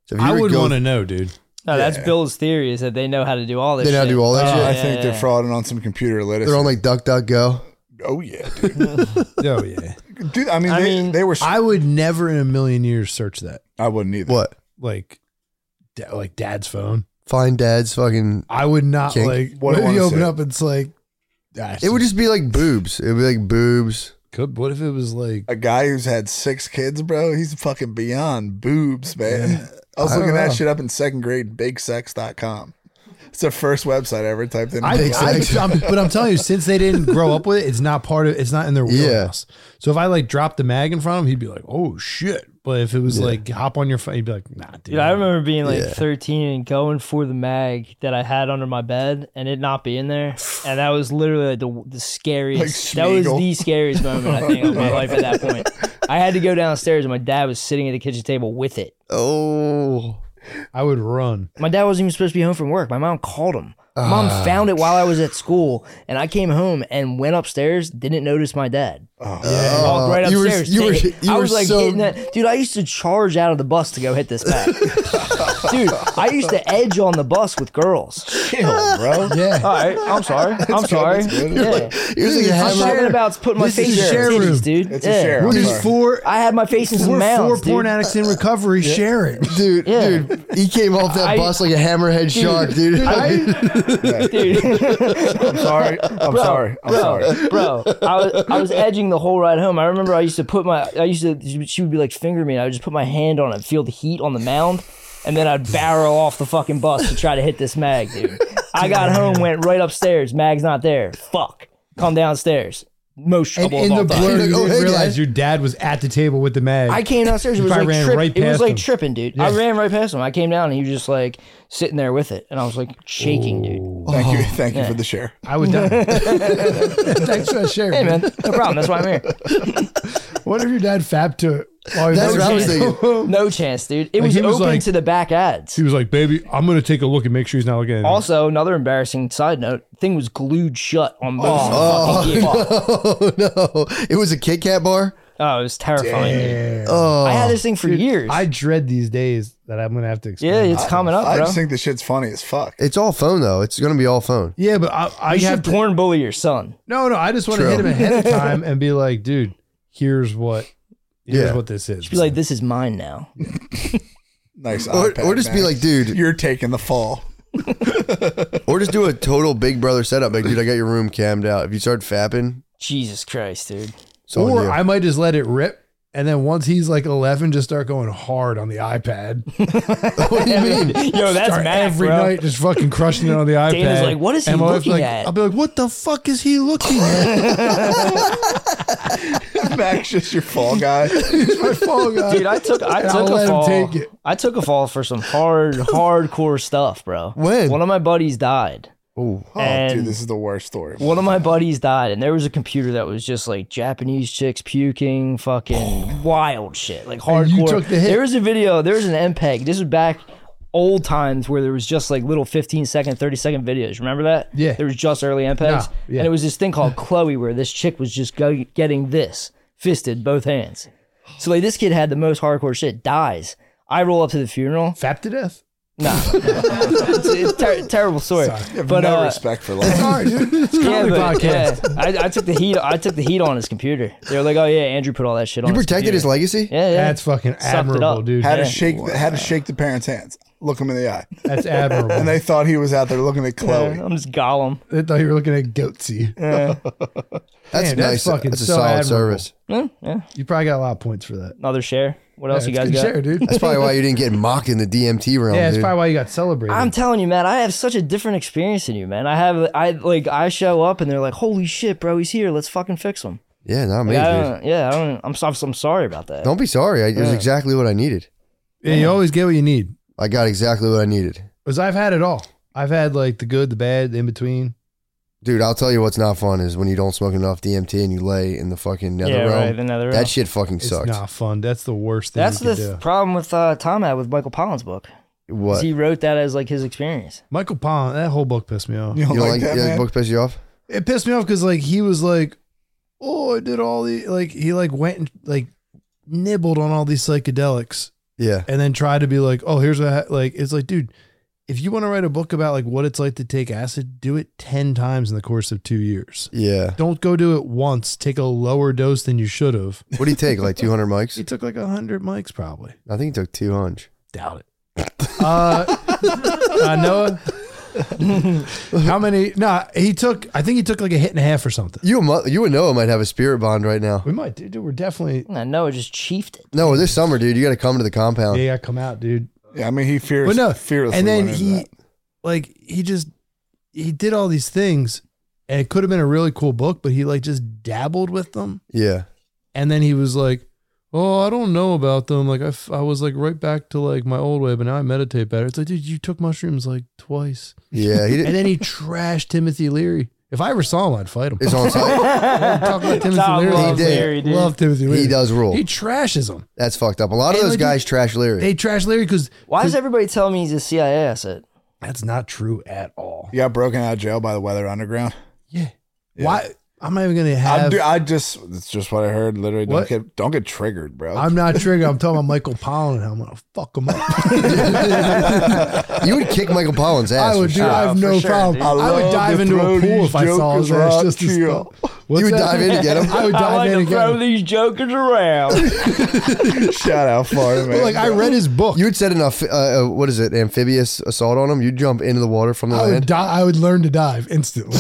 Speaker 1: So if you
Speaker 2: I
Speaker 1: were
Speaker 2: would
Speaker 1: go-
Speaker 2: want to know, dude.
Speaker 3: No, that's
Speaker 4: Yeah.
Speaker 3: Bill's theory is that they know how to do all this.
Speaker 1: They know how
Speaker 3: shit. Oh,
Speaker 1: to do all that
Speaker 4: Uh,
Speaker 1: shit.
Speaker 4: I
Speaker 3: yeah,
Speaker 4: think they're
Speaker 3: yeah.
Speaker 4: frauding on some computer literacy.
Speaker 1: They're on like DuckDuckGo.
Speaker 4: oh yeah, dude.
Speaker 2: Oh yeah,
Speaker 4: Dude, I mean,
Speaker 3: I
Speaker 4: they,
Speaker 3: mean,
Speaker 4: they were. I,
Speaker 2: I would never in a million years search that.
Speaker 4: wouldn't either.
Speaker 1: What?
Speaker 2: Like, da- like dad's phone.
Speaker 1: Find dad's fucking.
Speaker 2: I would not
Speaker 1: Kink.
Speaker 2: like.
Speaker 4: What
Speaker 2: What
Speaker 4: I
Speaker 2: if
Speaker 4: wanna
Speaker 2: you open
Speaker 4: see.
Speaker 2: up? It's like. ah,
Speaker 1: It would just be like boobs. It would be like boobs.
Speaker 2: Could, what if it was like?
Speaker 4: A guy who's had six kids, bro. He's fucking beyond boobs, man. I was
Speaker 1: I
Speaker 4: looking
Speaker 1: don't
Speaker 4: that
Speaker 1: know.
Speaker 4: shit up in second grade. BigSex.com. It's the first website I ever typed in.
Speaker 2: I,
Speaker 1: Big
Speaker 2: I,
Speaker 1: sex.
Speaker 2: I'm, but I'm telling you, since they didn't grow up with it, it's not part of. It's not in their
Speaker 1: Yeah.
Speaker 2: wheelhouse. So if I like dropped the mag in front of him, he'd be like, "Oh shit!" But if it was like hop on your phone, he'd be like, "Nah, dude."
Speaker 3: Dude, I remember being like
Speaker 1: Yeah.
Speaker 3: 13 and going for the mag that I had under my bed and it not being there. And that was literally like the, the scariest.
Speaker 4: Like
Speaker 3: that was
Speaker 4: Smeagol.
Speaker 3: the scariest moment, I think, of my life at that point. I had to go downstairs and my dad was sitting at the kitchen table with it.
Speaker 1: Oh.
Speaker 2: I would run.
Speaker 3: My dad wasn't even supposed to be home from work. My mom called him. My Mom found it while I was at school, and I came home and went upstairs. Didn't notice my dad.
Speaker 4: Oh.
Speaker 3: Yeah, walked right
Speaker 1: you were-
Speaker 3: upstairs.
Speaker 1: you were-
Speaker 3: to it.
Speaker 1: you
Speaker 3: I
Speaker 1: were
Speaker 3: was like
Speaker 1: so-
Speaker 3: hitting that. Dude, I used to charge out of the bus to go hit this bag. dude, I used to edge on the bus with girls.
Speaker 4: Chill, bro.
Speaker 2: Yeah,
Speaker 3: All right, I'm sorry. I'm sorry.
Speaker 4: it's good.
Speaker 3: Yeah.
Speaker 1: He was like,
Speaker 2: Dude,
Speaker 3: I'm
Speaker 1: having-
Speaker 3: talking about putting my
Speaker 2: This is
Speaker 3: face in
Speaker 2: a
Speaker 3: some
Speaker 2: share room.
Speaker 3: titties, dude.
Speaker 4: It's a
Speaker 3: Yeah.
Speaker 4: share.
Speaker 2: we're
Speaker 4: I'm
Speaker 2: just
Speaker 4: sorry.
Speaker 2: four.
Speaker 3: I had my face in some
Speaker 2: We're four
Speaker 3: mounds,
Speaker 2: porn
Speaker 3: dude.
Speaker 2: addicts in recovery sharing.
Speaker 1: dude,
Speaker 3: Yeah.
Speaker 1: dude, he came off that
Speaker 3: I-
Speaker 1: bus like a hammerhead shark, dude.
Speaker 3: Dude.
Speaker 4: sorry. I'm sorry. I'm
Speaker 3: bro,
Speaker 4: sorry.
Speaker 3: bro. I was, I was edging the whole ride home. I remember I used to put my, I used to, she would be like finger me, and I would just put my hand on it, feel the heat on the mound, and then I'd barrel off the fucking bus to try to hit this mag, dude. I got home, went right upstairs. Mag's not there. Fuck. Come downstairs. Most
Speaker 2: And
Speaker 3: trouble of
Speaker 2: in
Speaker 3: all
Speaker 2: the
Speaker 3: time.
Speaker 2: blur,
Speaker 1: Like,
Speaker 2: you
Speaker 1: oh,
Speaker 2: didn't
Speaker 1: hey,
Speaker 2: realize
Speaker 1: guys.
Speaker 2: your dad was at the table with the mag.
Speaker 3: I came downstairs. It was
Speaker 2: I
Speaker 3: like
Speaker 2: ran
Speaker 3: trip,
Speaker 2: right
Speaker 3: It was
Speaker 2: past
Speaker 3: like
Speaker 2: him.
Speaker 3: tripping, dude. I ran right past him. I came down and he was just like sitting there with it, and I was like shaking, dude.
Speaker 4: Thank you.
Speaker 1: Oh.
Speaker 4: Thank you for the share.
Speaker 2: I would die. Thanks for that share.
Speaker 3: Hey man, no problem. That's why I'm here.
Speaker 2: What if your dad fapped to it? while he
Speaker 1: That's
Speaker 2: was-
Speaker 1: what I was thinking.
Speaker 3: No chance, dude. It
Speaker 2: Like,
Speaker 3: was,
Speaker 2: he was
Speaker 3: open
Speaker 2: like-
Speaker 3: to the back ads.
Speaker 2: He was like, "Baby, I'm gonna take a look and make sure he's not looking at." Anything.
Speaker 3: Also, another embarrassing side note: thing was glued shut on most of the fucking gear.
Speaker 1: Oh no! It was a Kit Kat bar.
Speaker 3: Oh, it was terrifying. dude.
Speaker 1: Oh,
Speaker 3: I had this thing for years.
Speaker 2: I dread these days that I'm gonna have to
Speaker 3: yeah,
Speaker 2: explain.
Speaker 3: it's coming up,
Speaker 4: I
Speaker 3: Oh, bro.
Speaker 4: just think the shit's funny as fuck.
Speaker 1: it's all phone though. It's gonna be all phone.
Speaker 2: Yeah, but I, I
Speaker 3: you
Speaker 2: have
Speaker 3: should
Speaker 2: to,
Speaker 3: porn bully your son.
Speaker 2: no, no. I just want to hit him
Speaker 1: True.
Speaker 2: ahead of time and be like, "Dude, here's what, here's
Speaker 1: Yeah.
Speaker 2: what this is."
Speaker 3: Be like, this is mine now.
Speaker 4: Nice.
Speaker 1: Or,
Speaker 4: iPad
Speaker 1: or just be
Speaker 4: Max.
Speaker 1: like, dude,
Speaker 4: you're taking the fall.
Speaker 1: or just do a total Big Brother setup. Like, dude, I got your room cammed out. If you start fapping,
Speaker 3: Jesus Christ, dude.
Speaker 1: it's on
Speaker 2: or
Speaker 1: you.
Speaker 2: I might just let it rip, and then once he's like 11, just start going hard on the iPad.
Speaker 1: what do you mean?
Speaker 3: Yo, that's
Speaker 2: Start
Speaker 3: Mac,
Speaker 2: every
Speaker 3: bro.
Speaker 2: night, just fucking crushing it on the iPad.
Speaker 3: Dana's like, "What is he
Speaker 2: And my wife's
Speaker 3: looking
Speaker 2: like-
Speaker 3: at?"
Speaker 2: I'll be like, "What the fuck is he looking at?"
Speaker 4: Max, just your fall guy.
Speaker 2: My phone guy.
Speaker 3: Dude, I took I
Speaker 2: And I'll
Speaker 3: took
Speaker 2: let
Speaker 3: a
Speaker 2: him
Speaker 3: fall.
Speaker 2: take it.
Speaker 3: I took a fall for some hard, hardcore stuff, bro.
Speaker 1: When?
Speaker 3: one of my buddies died.
Speaker 1: Oh,
Speaker 4: Oh, dude,
Speaker 3: And-
Speaker 4: this is the worst story.
Speaker 3: One of my buddies died, and there was a computer that was just like Japanese chicks puking, fucking wild shit, like hardcore.
Speaker 2: And you took the hit.
Speaker 3: There was a video. There was an MPEG. This was back old times where there was just like little 15 second, 30 second videos. Remember that?
Speaker 2: Yeah.
Speaker 3: There was just early MPEGs,
Speaker 2: yeah.
Speaker 3: and it was this thing called Chloe where this chick was just go- getting this fisted both hands. So like this kid had the most hardcore shit. Dies. I roll up to the funeral.
Speaker 2: Fap to death.
Speaker 3: Nah, it's, it's ter- terrible story.
Speaker 4: You have
Speaker 3: But
Speaker 4: no
Speaker 3: uh,
Speaker 4: respect for life.
Speaker 2: Sorry, dude. It's
Speaker 3: yeah,
Speaker 2: comedy
Speaker 3: but,
Speaker 2: podcast.
Speaker 3: yeah, I, I took the heat. I took the heat on his computer. They were like, "Oh yeah, Andrew put all that shit on."
Speaker 1: you protected his
Speaker 3: computer."
Speaker 1: legacy.
Speaker 3: Yeah, yeah.
Speaker 2: That's fucking
Speaker 3: it
Speaker 2: admirable,
Speaker 3: up.
Speaker 2: dude.
Speaker 4: How to shake? How to shake the parents' hands? Look them in the eye.
Speaker 2: That's admirable.
Speaker 4: And they thought he was out there looking at Chloe.
Speaker 3: I'm just Gollum.
Speaker 2: They thought you were looking at Goatsy.
Speaker 1: That's
Speaker 2: Damn,
Speaker 1: nice.
Speaker 2: that's
Speaker 1: That's,
Speaker 2: fucking
Speaker 1: a
Speaker 2: so
Speaker 1: solid
Speaker 2: admirable.
Speaker 1: service.
Speaker 2: You probably got a lot of points for that.
Speaker 3: Another share. What else you guys got?
Speaker 2: Share, dude.
Speaker 1: That's probably why you didn't get mocked in the DMT realm,
Speaker 2: Yeah, that's
Speaker 1: dude.
Speaker 2: probably why you got celebrated.
Speaker 3: I'm telling you, man. I have such a different experience than you, man. I have, I like, I show up and they're like, "Holy shit, bro, he's here. Let's fucking fix him."
Speaker 1: yeah, not me,
Speaker 3: Like, I
Speaker 1: dude.
Speaker 3: don't, yeah, I don't. I'm, so- I'm sorry about that.
Speaker 1: Don't be sorry. I, it was exactly what I needed.
Speaker 2: yeah, you always get what you need.
Speaker 1: I got exactly what I needed.
Speaker 2: Because I've had it all. I've had like the good, the bad, the in between.
Speaker 1: Dude, I'll tell you what's not fun is when you don't smoke enough DMT and you lay in the fucking nether
Speaker 3: yeah,
Speaker 1: realm.
Speaker 3: right. The nether realm.
Speaker 1: That shit fucking
Speaker 2: It's
Speaker 1: sucks.
Speaker 2: not fun. That's the worst thing.
Speaker 3: That's
Speaker 2: you
Speaker 3: the
Speaker 2: could do.
Speaker 3: problem with uh, Tom had with Michael Pollan's book. is
Speaker 1: What?
Speaker 3: He wrote that as like his experience.
Speaker 2: Michael Pollan. That whole book pissed me off.
Speaker 4: You
Speaker 1: You
Speaker 4: don't
Speaker 1: don't
Speaker 4: like,
Speaker 1: like,
Speaker 4: that,
Speaker 1: yeah,
Speaker 4: man?
Speaker 1: books piss you off?
Speaker 2: It pissed me off because like he was like, oh, I did all the like he like went and like nibbled on all these psychedelics
Speaker 1: Yeah.
Speaker 2: and then tried to be like, oh, here's a ha-. like it's like, dude, if you want to write a book about like what it's like to take acid, do it ten times in the course of two years.
Speaker 1: Yeah.
Speaker 2: Don't go do it once. Take a lower dose than you should have.
Speaker 1: What do you take? Like 200
Speaker 2: He
Speaker 1: mics?
Speaker 2: took like hundred mics, probably.
Speaker 1: I think he took 200.
Speaker 2: Doubt it. uh, uh, Noah, how many? Nah, he took. I think he took like a hit and a half or something.
Speaker 1: You, mu- you and Noah might have a spirit bond right now.
Speaker 2: We might, dude. We're definitely.
Speaker 3: I know it just chiefed it.
Speaker 1: No, this summer, dude, you got to come to the compound.
Speaker 2: Yeah, come out, dude.
Speaker 4: Yeah, I mean, he fears,
Speaker 2: But no,
Speaker 4: fearlessly.
Speaker 2: and then
Speaker 4: went into
Speaker 2: he,
Speaker 4: that.
Speaker 2: like, he just he did all these things, and it could have been a really cool book, but he like just dabbled with them,
Speaker 1: Yeah.
Speaker 2: and then he was like, "Oh, I don't know about them." Like, I, f- I was like right back to like my old way, but now I meditate better. It's like, dude, you took mushrooms like twice,
Speaker 1: Yeah. He
Speaker 2: and
Speaker 1: did,
Speaker 2: then he trashed Timothy Leary. If I ever saw him, I'd fight him.
Speaker 1: it's on site.
Speaker 2: Talk about Timothy
Speaker 3: Tom
Speaker 2: Leary.
Speaker 3: loves
Speaker 1: He did.
Speaker 3: Larry, dude.
Speaker 2: Love Timothy Leary.
Speaker 1: He does rule.
Speaker 2: He trashes him.
Speaker 1: That's fucked up. A lot of
Speaker 2: Hey,
Speaker 1: those
Speaker 2: look,
Speaker 1: guys trash Larry.
Speaker 2: They trash Leary because
Speaker 3: Why does everybody tell me he's a CIA asset?
Speaker 2: that's not true at all.
Speaker 4: he got broken out of jail by the Weather Underground.
Speaker 2: Yeah. Why? I'm not even gonna
Speaker 4: I,
Speaker 2: have.
Speaker 4: do, I just, it's just what I heard. Literally, don't
Speaker 2: What?
Speaker 4: get, don't get triggered, bro.
Speaker 2: I'm not triggered. I'm talking about Michael Pollan and how I'm gonna fuck him up.
Speaker 1: you would kick Michael Pollan's ass. Oh,
Speaker 2: I
Speaker 1: for
Speaker 2: would do.
Speaker 1: sure.
Speaker 2: I have
Speaker 3: for
Speaker 2: no
Speaker 3: sure,
Speaker 2: problem.
Speaker 3: dude.
Speaker 4: I
Speaker 2: I, would
Speaker 4: love
Speaker 2: dive
Speaker 4: to
Speaker 2: into
Speaker 4: throw
Speaker 2: a pool
Speaker 4: these
Speaker 2: if I saw his
Speaker 4: jokers
Speaker 2: ass
Speaker 4: out
Speaker 2: just to
Speaker 4: to you.
Speaker 2: stop. What's
Speaker 1: You would
Speaker 2: that?
Speaker 1: dive in and get him?
Speaker 2: I would dive
Speaker 3: I like
Speaker 2: in
Speaker 3: to
Speaker 2: and
Speaker 3: throw
Speaker 2: get him.
Speaker 3: these jokers around.
Speaker 4: Shout out Florida, man.
Speaker 2: But like I read his book.
Speaker 1: You would set an amph- uh, uh, what is it amphibious assault on him. You'd jump into the water from the
Speaker 2: I would
Speaker 1: land.
Speaker 2: die. I would learn to dive instantly,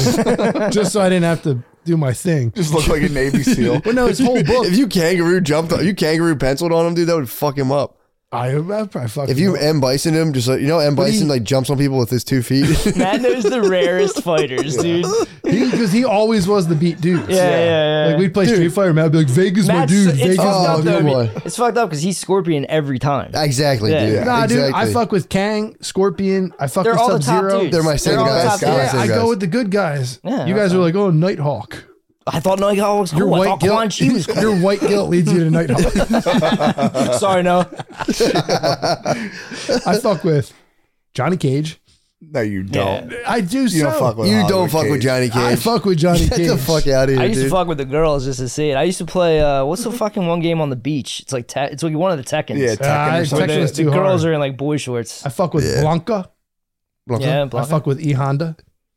Speaker 2: just so I didn't have to do my thing.
Speaker 4: just look like a Navy SEAL.
Speaker 2: But no, his whole book.
Speaker 1: If you kangaroo jumped, on- you kangaroo penciled on him, dude, that would fuck him up.
Speaker 2: I, I'd probably fuck
Speaker 1: If
Speaker 2: him
Speaker 1: you
Speaker 2: up.
Speaker 1: M Bison him, just like you know, M
Speaker 2: But he-
Speaker 1: Bison like jumps on people with his two feet.
Speaker 3: Matt knows the rarest fighters, dude. Yeah,
Speaker 2: because he, always was the beat dude.
Speaker 3: yeah, yeah.
Speaker 2: Like we'd play Street Fighter, Matt would be like, "Vegas, my
Speaker 3: Matt's,
Speaker 2: dude,
Speaker 3: it's
Speaker 2: Vegas,
Speaker 3: fucked
Speaker 1: Oh,
Speaker 2: my
Speaker 3: up
Speaker 1: good
Speaker 2: dude."
Speaker 3: though.
Speaker 1: one.
Speaker 3: be- It's fucked up because he's Scorpion every time.
Speaker 1: exactly,
Speaker 3: Yeah.
Speaker 1: dude.
Speaker 2: Nah,
Speaker 1: exactly.
Speaker 2: dude, I fuck with Kang, Scorpion. I fuck
Speaker 3: They're
Speaker 2: with
Speaker 3: all the
Speaker 2: Sub
Speaker 3: top
Speaker 2: Zero.
Speaker 3: dudes.
Speaker 1: They're my
Speaker 3: They're
Speaker 1: same
Speaker 3: all
Speaker 1: guys.
Speaker 3: top
Speaker 1: They're my
Speaker 2: Yeah,
Speaker 3: guys.
Speaker 1: same
Speaker 2: I
Speaker 1: guys.
Speaker 2: go with the good guys.
Speaker 3: Yeah,
Speaker 2: you guys
Speaker 3: okay.
Speaker 2: are like, oh, Nighthawk.
Speaker 3: I thought Nighthawk was cool.
Speaker 2: Your
Speaker 3: I
Speaker 2: white
Speaker 3: thought Quan
Speaker 2: guilt,
Speaker 3: Chi was cool.
Speaker 2: your white guilt leads you to Nighthawk.
Speaker 3: Sorry, no.
Speaker 2: I fuck with Johnny Cage.
Speaker 4: No, you don't.
Speaker 2: I do.
Speaker 4: You
Speaker 2: so.
Speaker 4: don't fuck with.
Speaker 1: you don't
Speaker 4: Hollywood
Speaker 1: fuck with
Speaker 4: Cage.
Speaker 1: Johnny Cage.
Speaker 2: I fuck with Johnny
Speaker 1: Get
Speaker 2: Cage.
Speaker 1: the fuck out of here,
Speaker 3: I used
Speaker 1: dude.
Speaker 3: to fuck with the girls just to see it. I used to play uh, what's the fucking one game on the beach? It's like te- it's like one of the Tekkens.
Speaker 4: Yeah,
Speaker 2: Uh, I-
Speaker 4: Tekken or
Speaker 2: Tekken
Speaker 4: something.
Speaker 3: the,
Speaker 2: is
Speaker 3: the
Speaker 2: too hard.
Speaker 3: girls are in like boy shorts.
Speaker 2: I fuck with Blanca.
Speaker 1: Blanca?
Speaker 3: yeah,
Speaker 2: I
Speaker 3: Blanca.
Speaker 2: fuck with E Honda.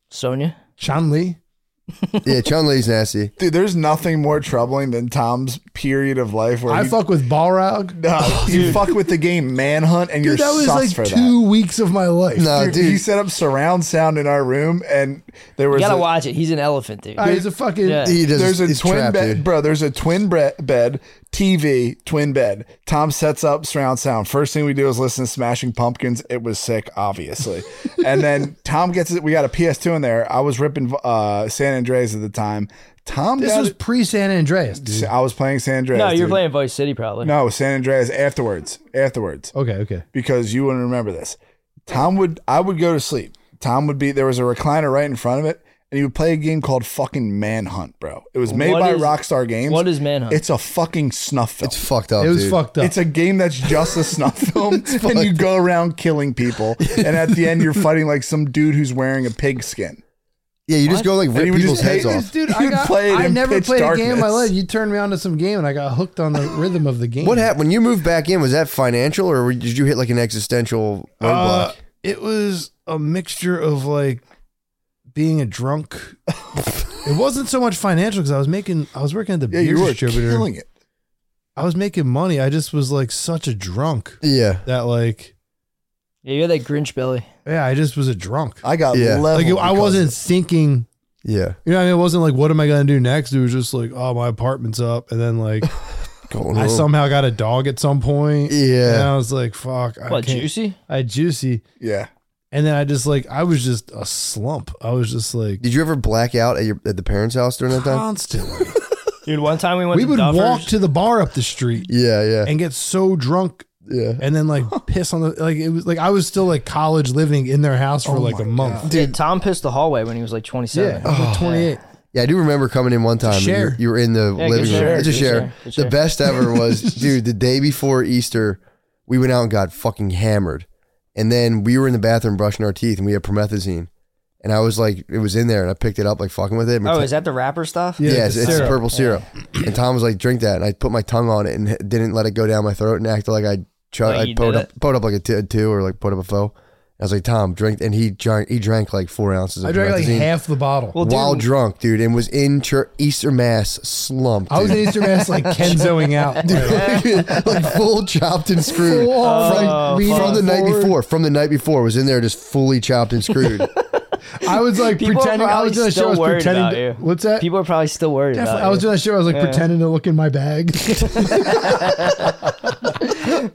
Speaker 3: Sonya.
Speaker 2: Chun Li.
Speaker 1: Yeah, Chun Li's nasty.
Speaker 4: Dude, there's nothing more troubling than Tom's period of life where
Speaker 2: I
Speaker 4: he,
Speaker 2: fuck with Balrog.
Speaker 4: No, you fuck with the game Manhunt, and
Speaker 2: Dude,
Speaker 4: you're
Speaker 2: that was
Speaker 4: sus
Speaker 2: like
Speaker 4: for
Speaker 2: two uh, weeks of my life.
Speaker 1: No,
Speaker 4: that.
Speaker 1: dude.
Speaker 4: Dude, he set up surround sound in our room, and there
Speaker 3: You
Speaker 4: was
Speaker 3: gotta
Speaker 4: a,
Speaker 3: watch it. He's an elephant, dude.
Speaker 2: Ah, he's a fucking.
Speaker 3: Yeah.
Speaker 1: He just,
Speaker 4: there's a
Speaker 1: he's
Speaker 4: twin
Speaker 1: trapped,
Speaker 4: bed,
Speaker 1: dude.
Speaker 4: bro. There's a twin bre- bed TV, twin bed. Tom sets up surround sound. First thing we do is listen to Smashing Pumpkins. It was sick, obviously. and then Tom gets it. We got a PS2 in there. I was ripping uh, San Andreas at the time. Tom,
Speaker 2: This
Speaker 4: got
Speaker 2: was
Speaker 4: it-
Speaker 2: pre San Andreas, dude.
Speaker 4: I was playing San Andreas.
Speaker 3: no, you're
Speaker 4: dude.
Speaker 3: playing Vice City probably.
Speaker 4: No, San Andreas afterwards. Afterwards
Speaker 2: Okay, okay.
Speaker 4: because you wouldn't remember this. Tom would I would go to sleep. Tom would be there was a recliner right in front of it, and he would play a game called fucking Manhunt, bro. It was made
Speaker 3: What
Speaker 4: by
Speaker 3: is-
Speaker 4: Rockstar Games.
Speaker 3: What is Manhunt?
Speaker 4: It's a fucking snuff film.
Speaker 1: It's fucked up.
Speaker 2: It was
Speaker 1: Oh, dude.
Speaker 2: fucked up.
Speaker 4: It's a game that's just a snuff film, and you go around killing people, and at the end you're fighting like some dude who's wearing a pig skin.
Speaker 1: Yeah, you just go like
Speaker 4: And he
Speaker 1: rip
Speaker 4: would
Speaker 1: people's
Speaker 4: just
Speaker 1: heads
Speaker 4: hate-
Speaker 1: off.
Speaker 2: Dude, I,
Speaker 4: You
Speaker 2: got,
Speaker 4: played
Speaker 2: I
Speaker 4: in
Speaker 2: never
Speaker 4: pitch
Speaker 2: played a game in my
Speaker 4: darkness.
Speaker 2: life. You turned me on to some game and I got hooked on the rhythm of the game.
Speaker 1: What happened when you moved back in? Was that financial or were- did you hit like an existential roadblock?
Speaker 2: Uh, it was a mixture of like being a drunk. it wasn't so much financial because I was making, I was working at the
Speaker 4: Yeah,
Speaker 2: beer
Speaker 4: you were
Speaker 2: distributor.
Speaker 4: killing it.
Speaker 2: I was making money. I just was like such a drunk
Speaker 1: yeah,
Speaker 2: that like,
Speaker 3: yeah, you got that Grinch belly.
Speaker 2: yeah, I just was a drunk.
Speaker 4: I got
Speaker 1: Yeah.
Speaker 4: leveled
Speaker 2: Like it, I
Speaker 4: because
Speaker 2: wasn't
Speaker 4: of
Speaker 2: thinking.
Speaker 1: yeah.
Speaker 2: You know, what I mean, it wasn't like, what am I gonna do next? It was just like, oh, my apartment's up, and then like,
Speaker 1: Going
Speaker 2: I
Speaker 1: home.
Speaker 2: somehow got a dog at some point. And
Speaker 1: Yeah.
Speaker 2: I was like, fuck, I
Speaker 3: What
Speaker 2: can't.
Speaker 3: juicy?
Speaker 2: I had juicy.
Speaker 4: it. Yeah,
Speaker 2: And then I just like I was just a slump. I was just like
Speaker 1: Did you ever black out at your at the parents' house during that
Speaker 2: Ah.
Speaker 1: time?
Speaker 2: constantly.
Speaker 3: Dude, one time we went
Speaker 2: we
Speaker 3: to
Speaker 2: would
Speaker 3: Duffers.
Speaker 2: walk to the bar up the street
Speaker 1: Yeah, yeah.
Speaker 2: and get so drunk
Speaker 1: Yeah.
Speaker 2: and then like piss on the like it was like I was still like college living in their house for
Speaker 3: Oh
Speaker 2: like a month.
Speaker 3: Dude, Tom pissed the hallway when he was like 27.
Speaker 2: Yeah, Oh, I was
Speaker 3: Oh.
Speaker 2: like 28.
Speaker 1: Yeah, I do remember coming in one time. and you-
Speaker 2: share.
Speaker 1: You were in the
Speaker 3: good
Speaker 1: living room.
Speaker 3: share,
Speaker 1: it's a
Speaker 3: good
Speaker 1: share.
Speaker 3: share,
Speaker 1: The
Speaker 3: good share.
Speaker 1: best ever was, dude, the day before Easter, we went out and got fucking hammered. And then we were in the bathroom brushing our teeth and we had promethazine. And I was like, it was in there and I picked it up, like fucking with it. and
Speaker 3: Oh, is that the rapper stuff?
Speaker 2: Yeah.
Speaker 1: yes,
Speaker 2: the
Speaker 1: it's
Speaker 2: syrup.
Speaker 1: purple syrup. And Tom was like, drink that. And I put my tongue on it and h- didn't let it go down my throat and acted like I chug-
Speaker 3: Like
Speaker 1: I
Speaker 3: you
Speaker 1: pulled
Speaker 3: did
Speaker 1: up, pulled up like a t- a two or like put up a foe. I was like, Tom, drink. And he drank, he drank like four ounces of
Speaker 2: I drank like
Speaker 1: promethazine
Speaker 2: half the bottle.
Speaker 3: Well,
Speaker 1: while
Speaker 3: dude,
Speaker 1: drunk, dude, and was in chur- Easter Mass slump.
Speaker 2: I was in
Speaker 1: dude.
Speaker 2: Easter Mass like Kenzoing out.
Speaker 1: like full chopped and screwed.
Speaker 2: Oh,
Speaker 1: from,
Speaker 2: fuck.
Speaker 1: from the night
Speaker 2: Forward.
Speaker 1: before, from the night before, was in there just fully chopped and screwed.
Speaker 2: I was like
Speaker 3: People are
Speaker 2: pretending. I
Speaker 3: probably
Speaker 2: was doing a show.
Speaker 3: still
Speaker 2: I was
Speaker 3: worried
Speaker 2: pretending.
Speaker 3: about
Speaker 2: To,
Speaker 3: you.
Speaker 2: what's that?
Speaker 3: people are probably still worried
Speaker 2: Definitely.
Speaker 3: about
Speaker 2: I was
Speaker 3: you.
Speaker 2: doing that show. I was like pretending to look in my bag.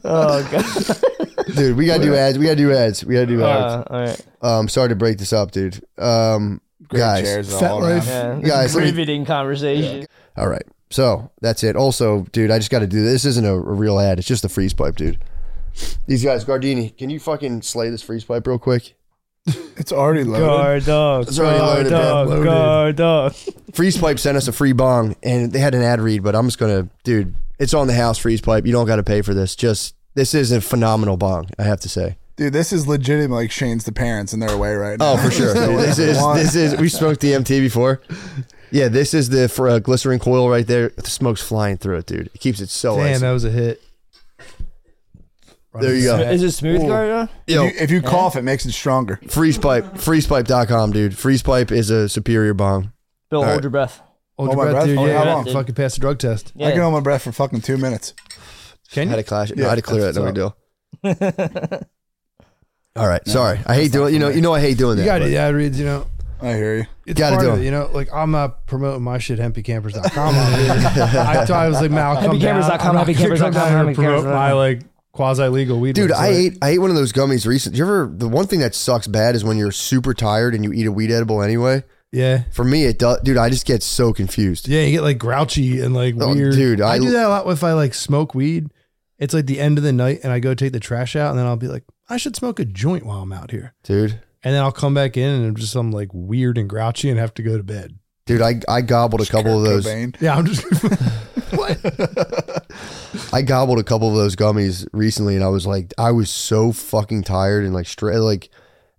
Speaker 3: Oh, God.
Speaker 1: dude, we gotta do ads. We gotta do ads. We gotta do ads.
Speaker 3: Uh, all right.
Speaker 1: Um, sorry to break this up, dude. Um,
Speaker 4: Great
Speaker 1: guys,
Speaker 4: chairs all
Speaker 2: Fat
Speaker 4: around.
Speaker 2: Life.
Speaker 3: Yeah.
Speaker 1: Guys, let me-
Speaker 3: riveting conversation.
Speaker 1: all right. So that's it. Also, dude, I just got to do this. Isn't a, a real ad. It's just a freeze pipe, dude. These guys, Gardini, can you fucking slay this freeze pipe real quick?
Speaker 4: It's already loaded.
Speaker 3: Guard dog.
Speaker 1: It's already loaded, man.
Speaker 2: Loaded.
Speaker 3: guard dog.
Speaker 1: Freeze Pipe sent us a free bong, and they had an ad read, but I'm just gonna, dude, it's on the house. Freeze Pipe, you don't got to pay for this. Just this is a phenomenal bong, I have to say.
Speaker 4: Dude, this is legitimate like Shane's the parents and they're away right now.
Speaker 1: Oh, for sure.
Speaker 4: Still
Speaker 1: this
Speaker 4: in
Speaker 1: is
Speaker 4: one.
Speaker 1: this is we smoked DMT before. Yeah, this is the for, uh, glycerin coil right there. The smoke's flying through it, dude. It keeps it so
Speaker 2: Damn,
Speaker 1: icy.
Speaker 2: that was a hit.
Speaker 1: There you go.
Speaker 3: Is it smooth guard dog?
Speaker 1: Yo,
Speaker 4: If you- if you cough, it makes it stronger.
Speaker 1: Freeze Pipe, freezepipe.com, dude. Freeze Pipe is a superior bong.
Speaker 3: Bill, hold
Speaker 1: right.
Speaker 3: your breath.
Speaker 2: Hold
Speaker 4: Oh,
Speaker 2: your
Speaker 4: my
Speaker 2: breath,
Speaker 4: breath?
Speaker 2: dude.
Speaker 4: Oh,
Speaker 2: yeah,
Speaker 4: how
Speaker 2: you
Speaker 4: long?
Speaker 2: can Fucking pass the drug test.
Speaker 4: I
Speaker 3: Yeah.
Speaker 4: can hold my breath for fucking two minutes.
Speaker 1: I
Speaker 2: Can
Speaker 1: had
Speaker 2: you?
Speaker 1: to clash it. No,
Speaker 4: Yeah,
Speaker 1: I had to clear it.
Speaker 2: that's
Speaker 1: No big
Speaker 2: what's
Speaker 1: deal. All right, sorry. I hate doing. You know, you know, I hate doing that.
Speaker 2: You got
Speaker 1: but-
Speaker 2: it. Yeah, I read. You know,
Speaker 4: I hear you.
Speaker 2: it's
Speaker 1: Gotta
Speaker 2: part
Speaker 1: do
Speaker 2: of
Speaker 1: it.
Speaker 2: it. You know, like I'm not promoting my shit. HempyCampers.com. on here. I thought I was like, man, I'll come down.
Speaker 3: HempyCampers.com,
Speaker 2: I'm not gonna
Speaker 3: HempyCampers.com,
Speaker 2: come down here and promote
Speaker 3: HempyCampers.com.
Speaker 2: my like quasi legal weed.
Speaker 1: Dude, I
Speaker 2: website.
Speaker 1: ate I ate one of those gummies recently. You ever the one thing that sucks bad is when you're super tired and you eat a weed edible anyway.
Speaker 2: Yeah.
Speaker 1: For me, it does, dude. I just get so confused.
Speaker 2: Yeah, you get like grouchy and like
Speaker 1: Oh,
Speaker 2: weird.
Speaker 1: dude,
Speaker 2: I,
Speaker 1: I-
Speaker 2: do that a lot if I like smoke weed. It's like the end of the night, and I go take the trash out, and then I'll be like, I should smoke a joint while I'm out here,
Speaker 1: Dude,
Speaker 2: and then I'll come back in, and I'm just I'm like weird and grouchy, and have to go to bed.
Speaker 1: dude, I I gobbled a couple of those.
Speaker 4: Cobain.
Speaker 2: Yeah, I'm just
Speaker 1: I gobbled a couple of those gummies recently, and I was like, I was so fucking tired and like straight, like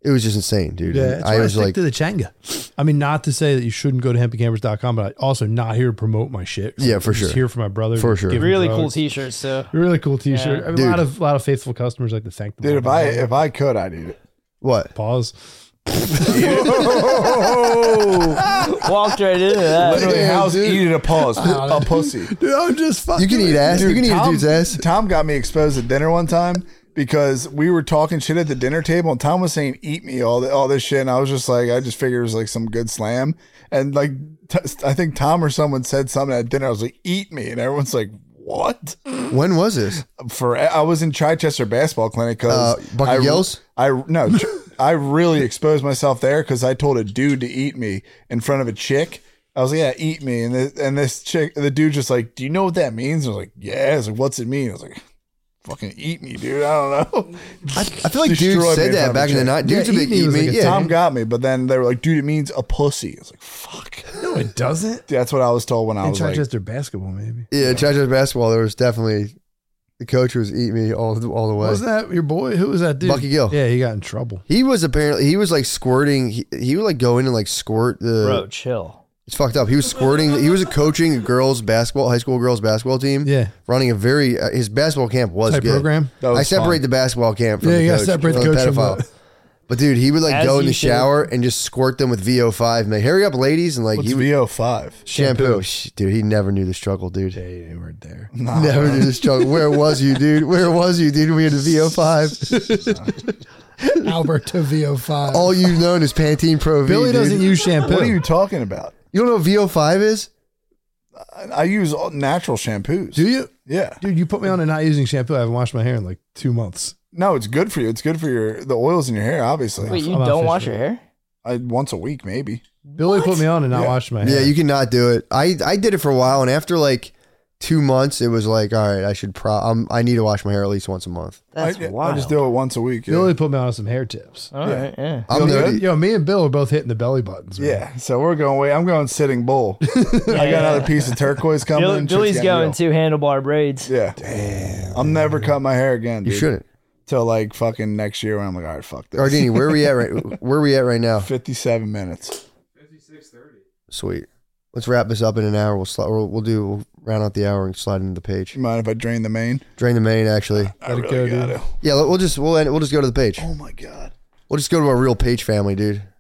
Speaker 1: it was just insane, dude.
Speaker 2: yeah.
Speaker 1: And
Speaker 2: That's why
Speaker 1: I was like,
Speaker 2: to the changa. I mean, not to say that you shouldn't go to hempycampers.com, but I also not here to promote my shit.
Speaker 1: Yeah, for
Speaker 2: I'm just
Speaker 1: sure.
Speaker 2: Here for my brother.
Speaker 1: For sure.
Speaker 2: give him
Speaker 3: Really cool
Speaker 2: drugs.
Speaker 3: t-shirts too.
Speaker 2: Really cool T-shirt.
Speaker 3: Yeah.
Speaker 2: I mean, a
Speaker 1: Dude.
Speaker 2: lot of lot of faithful customers like to thank them.
Speaker 4: Dude,
Speaker 2: all
Speaker 4: if
Speaker 2: the
Speaker 4: I
Speaker 2: time.
Speaker 4: if I could, I'd eat it.
Speaker 1: what?
Speaker 2: pause,
Speaker 3: Walked right into that.
Speaker 4: Literally,
Speaker 1: Damn,
Speaker 4: how's
Speaker 1: Oh! dude.
Speaker 4: eating a pulse? A pussy.
Speaker 2: dude, I'm just fucking.
Speaker 1: You can eat ass. you
Speaker 4: Dude,
Speaker 1: can eat a dude's ass.
Speaker 4: Tom got me exposed at dinner one time because we were talking shit at the dinner table, and Tom was saying "eat me" all the, all this shit, and I was just like, I just figured it was like some good slam, and like t- I think Tom or someone said something at dinner. I was like, "Eat me," and everyone's like, "What?"
Speaker 1: When was this?
Speaker 4: For I was in Chichester basketball clinic because
Speaker 1: Uh, Bucky
Speaker 4: I
Speaker 1: Yells?
Speaker 4: I no, tr- I really exposed myself there because I told a dude to eat me in front of a chick. I was like, yeah, eat me, and this, and this chick, the dude, just like, do you know what that means? I was like, yeah. I was like, what's it mean? I was like, fucking eat me, dude. I don't know.
Speaker 1: I feel like dudes
Speaker 4: Destroyed me
Speaker 1: said
Speaker 4: in front
Speaker 1: that
Speaker 4: of
Speaker 1: back in the
Speaker 4: a
Speaker 1: night.
Speaker 2: Yeah,
Speaker 1: Dudes
Speaker 2: eat
Speaker 1: would be
Speaker 2: me
Speaker 1: eat
Speaker 2: was
Speaker 1: me.
Speaker 2: like a
Speaker 1: yeah,
Speaker 4: Tom got me, but then they were like, dude, it means a pussy. I was like, fuck.
Speaker 2: No, it doesn't.
Speaker 4: That's what I was told when I
Speaker 2: In
Speaker 4: was like,
Speaker 2: Chichester basketball, maybe.
Speaker 1: yeah. Chichester basketball. There was definitely the coach was eat me all all the way.
Speaker 2: Was that your boy? Who was that dude?
Speaker 1: Bucky Gill.
Speaker 2: Yeah, he got in trouble.
Speaker 1: He was apparently he was like squirting. He, he would like go in and like squirt the.
Speaker 3: Bro, chill.
Speaker 1: It's fucked up. He was squirting. He was coaching a girls basketball, high school girls basketball team.
Speaker 2: Yeah.
Speaker 1: running a very uh, his basketball camp was
Speaker 2: Type
Speaker 1: good.
Speaker 2: program?
Speaker 4: That was
Speaker 1: I separate
Speaker 4: fun.
Speaker 1: the basketball camp from
Speaker 2: Yeah,
Speaker 1: the
Speaker 2: you
Speaker 1: coach,
Speaker 2: gotta separate the
Speaker 1: from
Speaker 2: coach from
Speaker 1: pedophile.
Speaker 2: the-
Speaker 1: But dude, he would like
Speaker 3: As
Speaker 1: go in
Speaker 3: you
Speaker 1: the
Speaker 3: should.
Speaker 1: shower and just squirt them with VO5 and like, hurry up, ladies, and like
Speaker 4: what's
Speaker 1: he would
Speaker 4: VO5?
Speaker 1: shampoo. Shh, dude, he never knew the struggle, dude.
Speaker 2: Hey, they weren't there.
Speaker 1: Never knew the struggle. Where was you, dude? Where was you, dude? We had the VO5.
Speaker 2: Albert to VO5.
Speaker 1: All you've known is Pantene Pro V.
Speaker 2: Oh, Billy
Speaker 1: dude.
Speaker 2: doesn't use shampoo.
Speaker 4: What are you talking about?
Speaker 1: You don't know what VO5 is?
Speaker 4: I, I use all natural shampoos.
Speaker 2: Do you?
Speaker 4: Yeah.
Speaker 2: Dude, you put me on to not using shampoo. I haven't washed my hair in like two months.
Speaker 4: No, it's good for you. It's good for your the oils in your hair, obviously.
Speaker 3: Wait, you
Speaker 2: I'm
Speaker 3: don't wash your
Speaker 2: official.
Speaker 3: hair?
Speaker 4: I once a week maybe.
Speaker 2: Billy put me on to not wash my hair.
Speaker 1: Yeah, you cannot do it. I I did it for a while, and after like two months, it was like, all right, I should pro. Um, I need to wash my hair at least once a month.
Speaker 3: That's
Speaker 4: I,
Speaker 3: wild.
Speaker 4: I just do it once a week. Yeah.
Speaker 2: Billy put me on some hair tips.
Speaker 3: All right, yeah.
Speaker 1: I'm
Speaker 2: yo,
Speaker 1: nerdy.
Speaker 2: yo, me and Bill are both hitting the belly buttons. man.
Speaker 4: Yeah, so we're going away. I'm going sitting bull. I got another piece of turquoise coming.
Speaker 3: Bill,
Speaker 4: Shit's
Speaker 3: Billy's going
Speaker 4: getting real.
Speaker 3: to handlebar braids.
Speaker 4: Yeah. Damn. I'm never cut my hair again.
Speaker 1: You
Speaker 4: dude,
Speaker 1: shouldn't.
Speaker 4: Till like fucking next year when I'm like, all right, fuck this.
Speaker 1: Ardini, where we at right? Where we at right now?
Speaker 4: 57 minutes.
Speaker 1: Sweet. Let's wrap this up in an hour. We'll sli- we'll, we'll do we'll round out the hour and slide into the page.
Speaker 4: Do you mind if I drain the main?
Speaker 1: Drain the main, actually.
Speaker 4: I
Speaker 2: Let it go, dude.
Speaker 4: gotta.
Speaker 1: Yeah, we'll just we'll end, it- we'll just go to the page.
Speaker 4: Oh my god.
Speaker 1: We'll just go to our real page family, dude.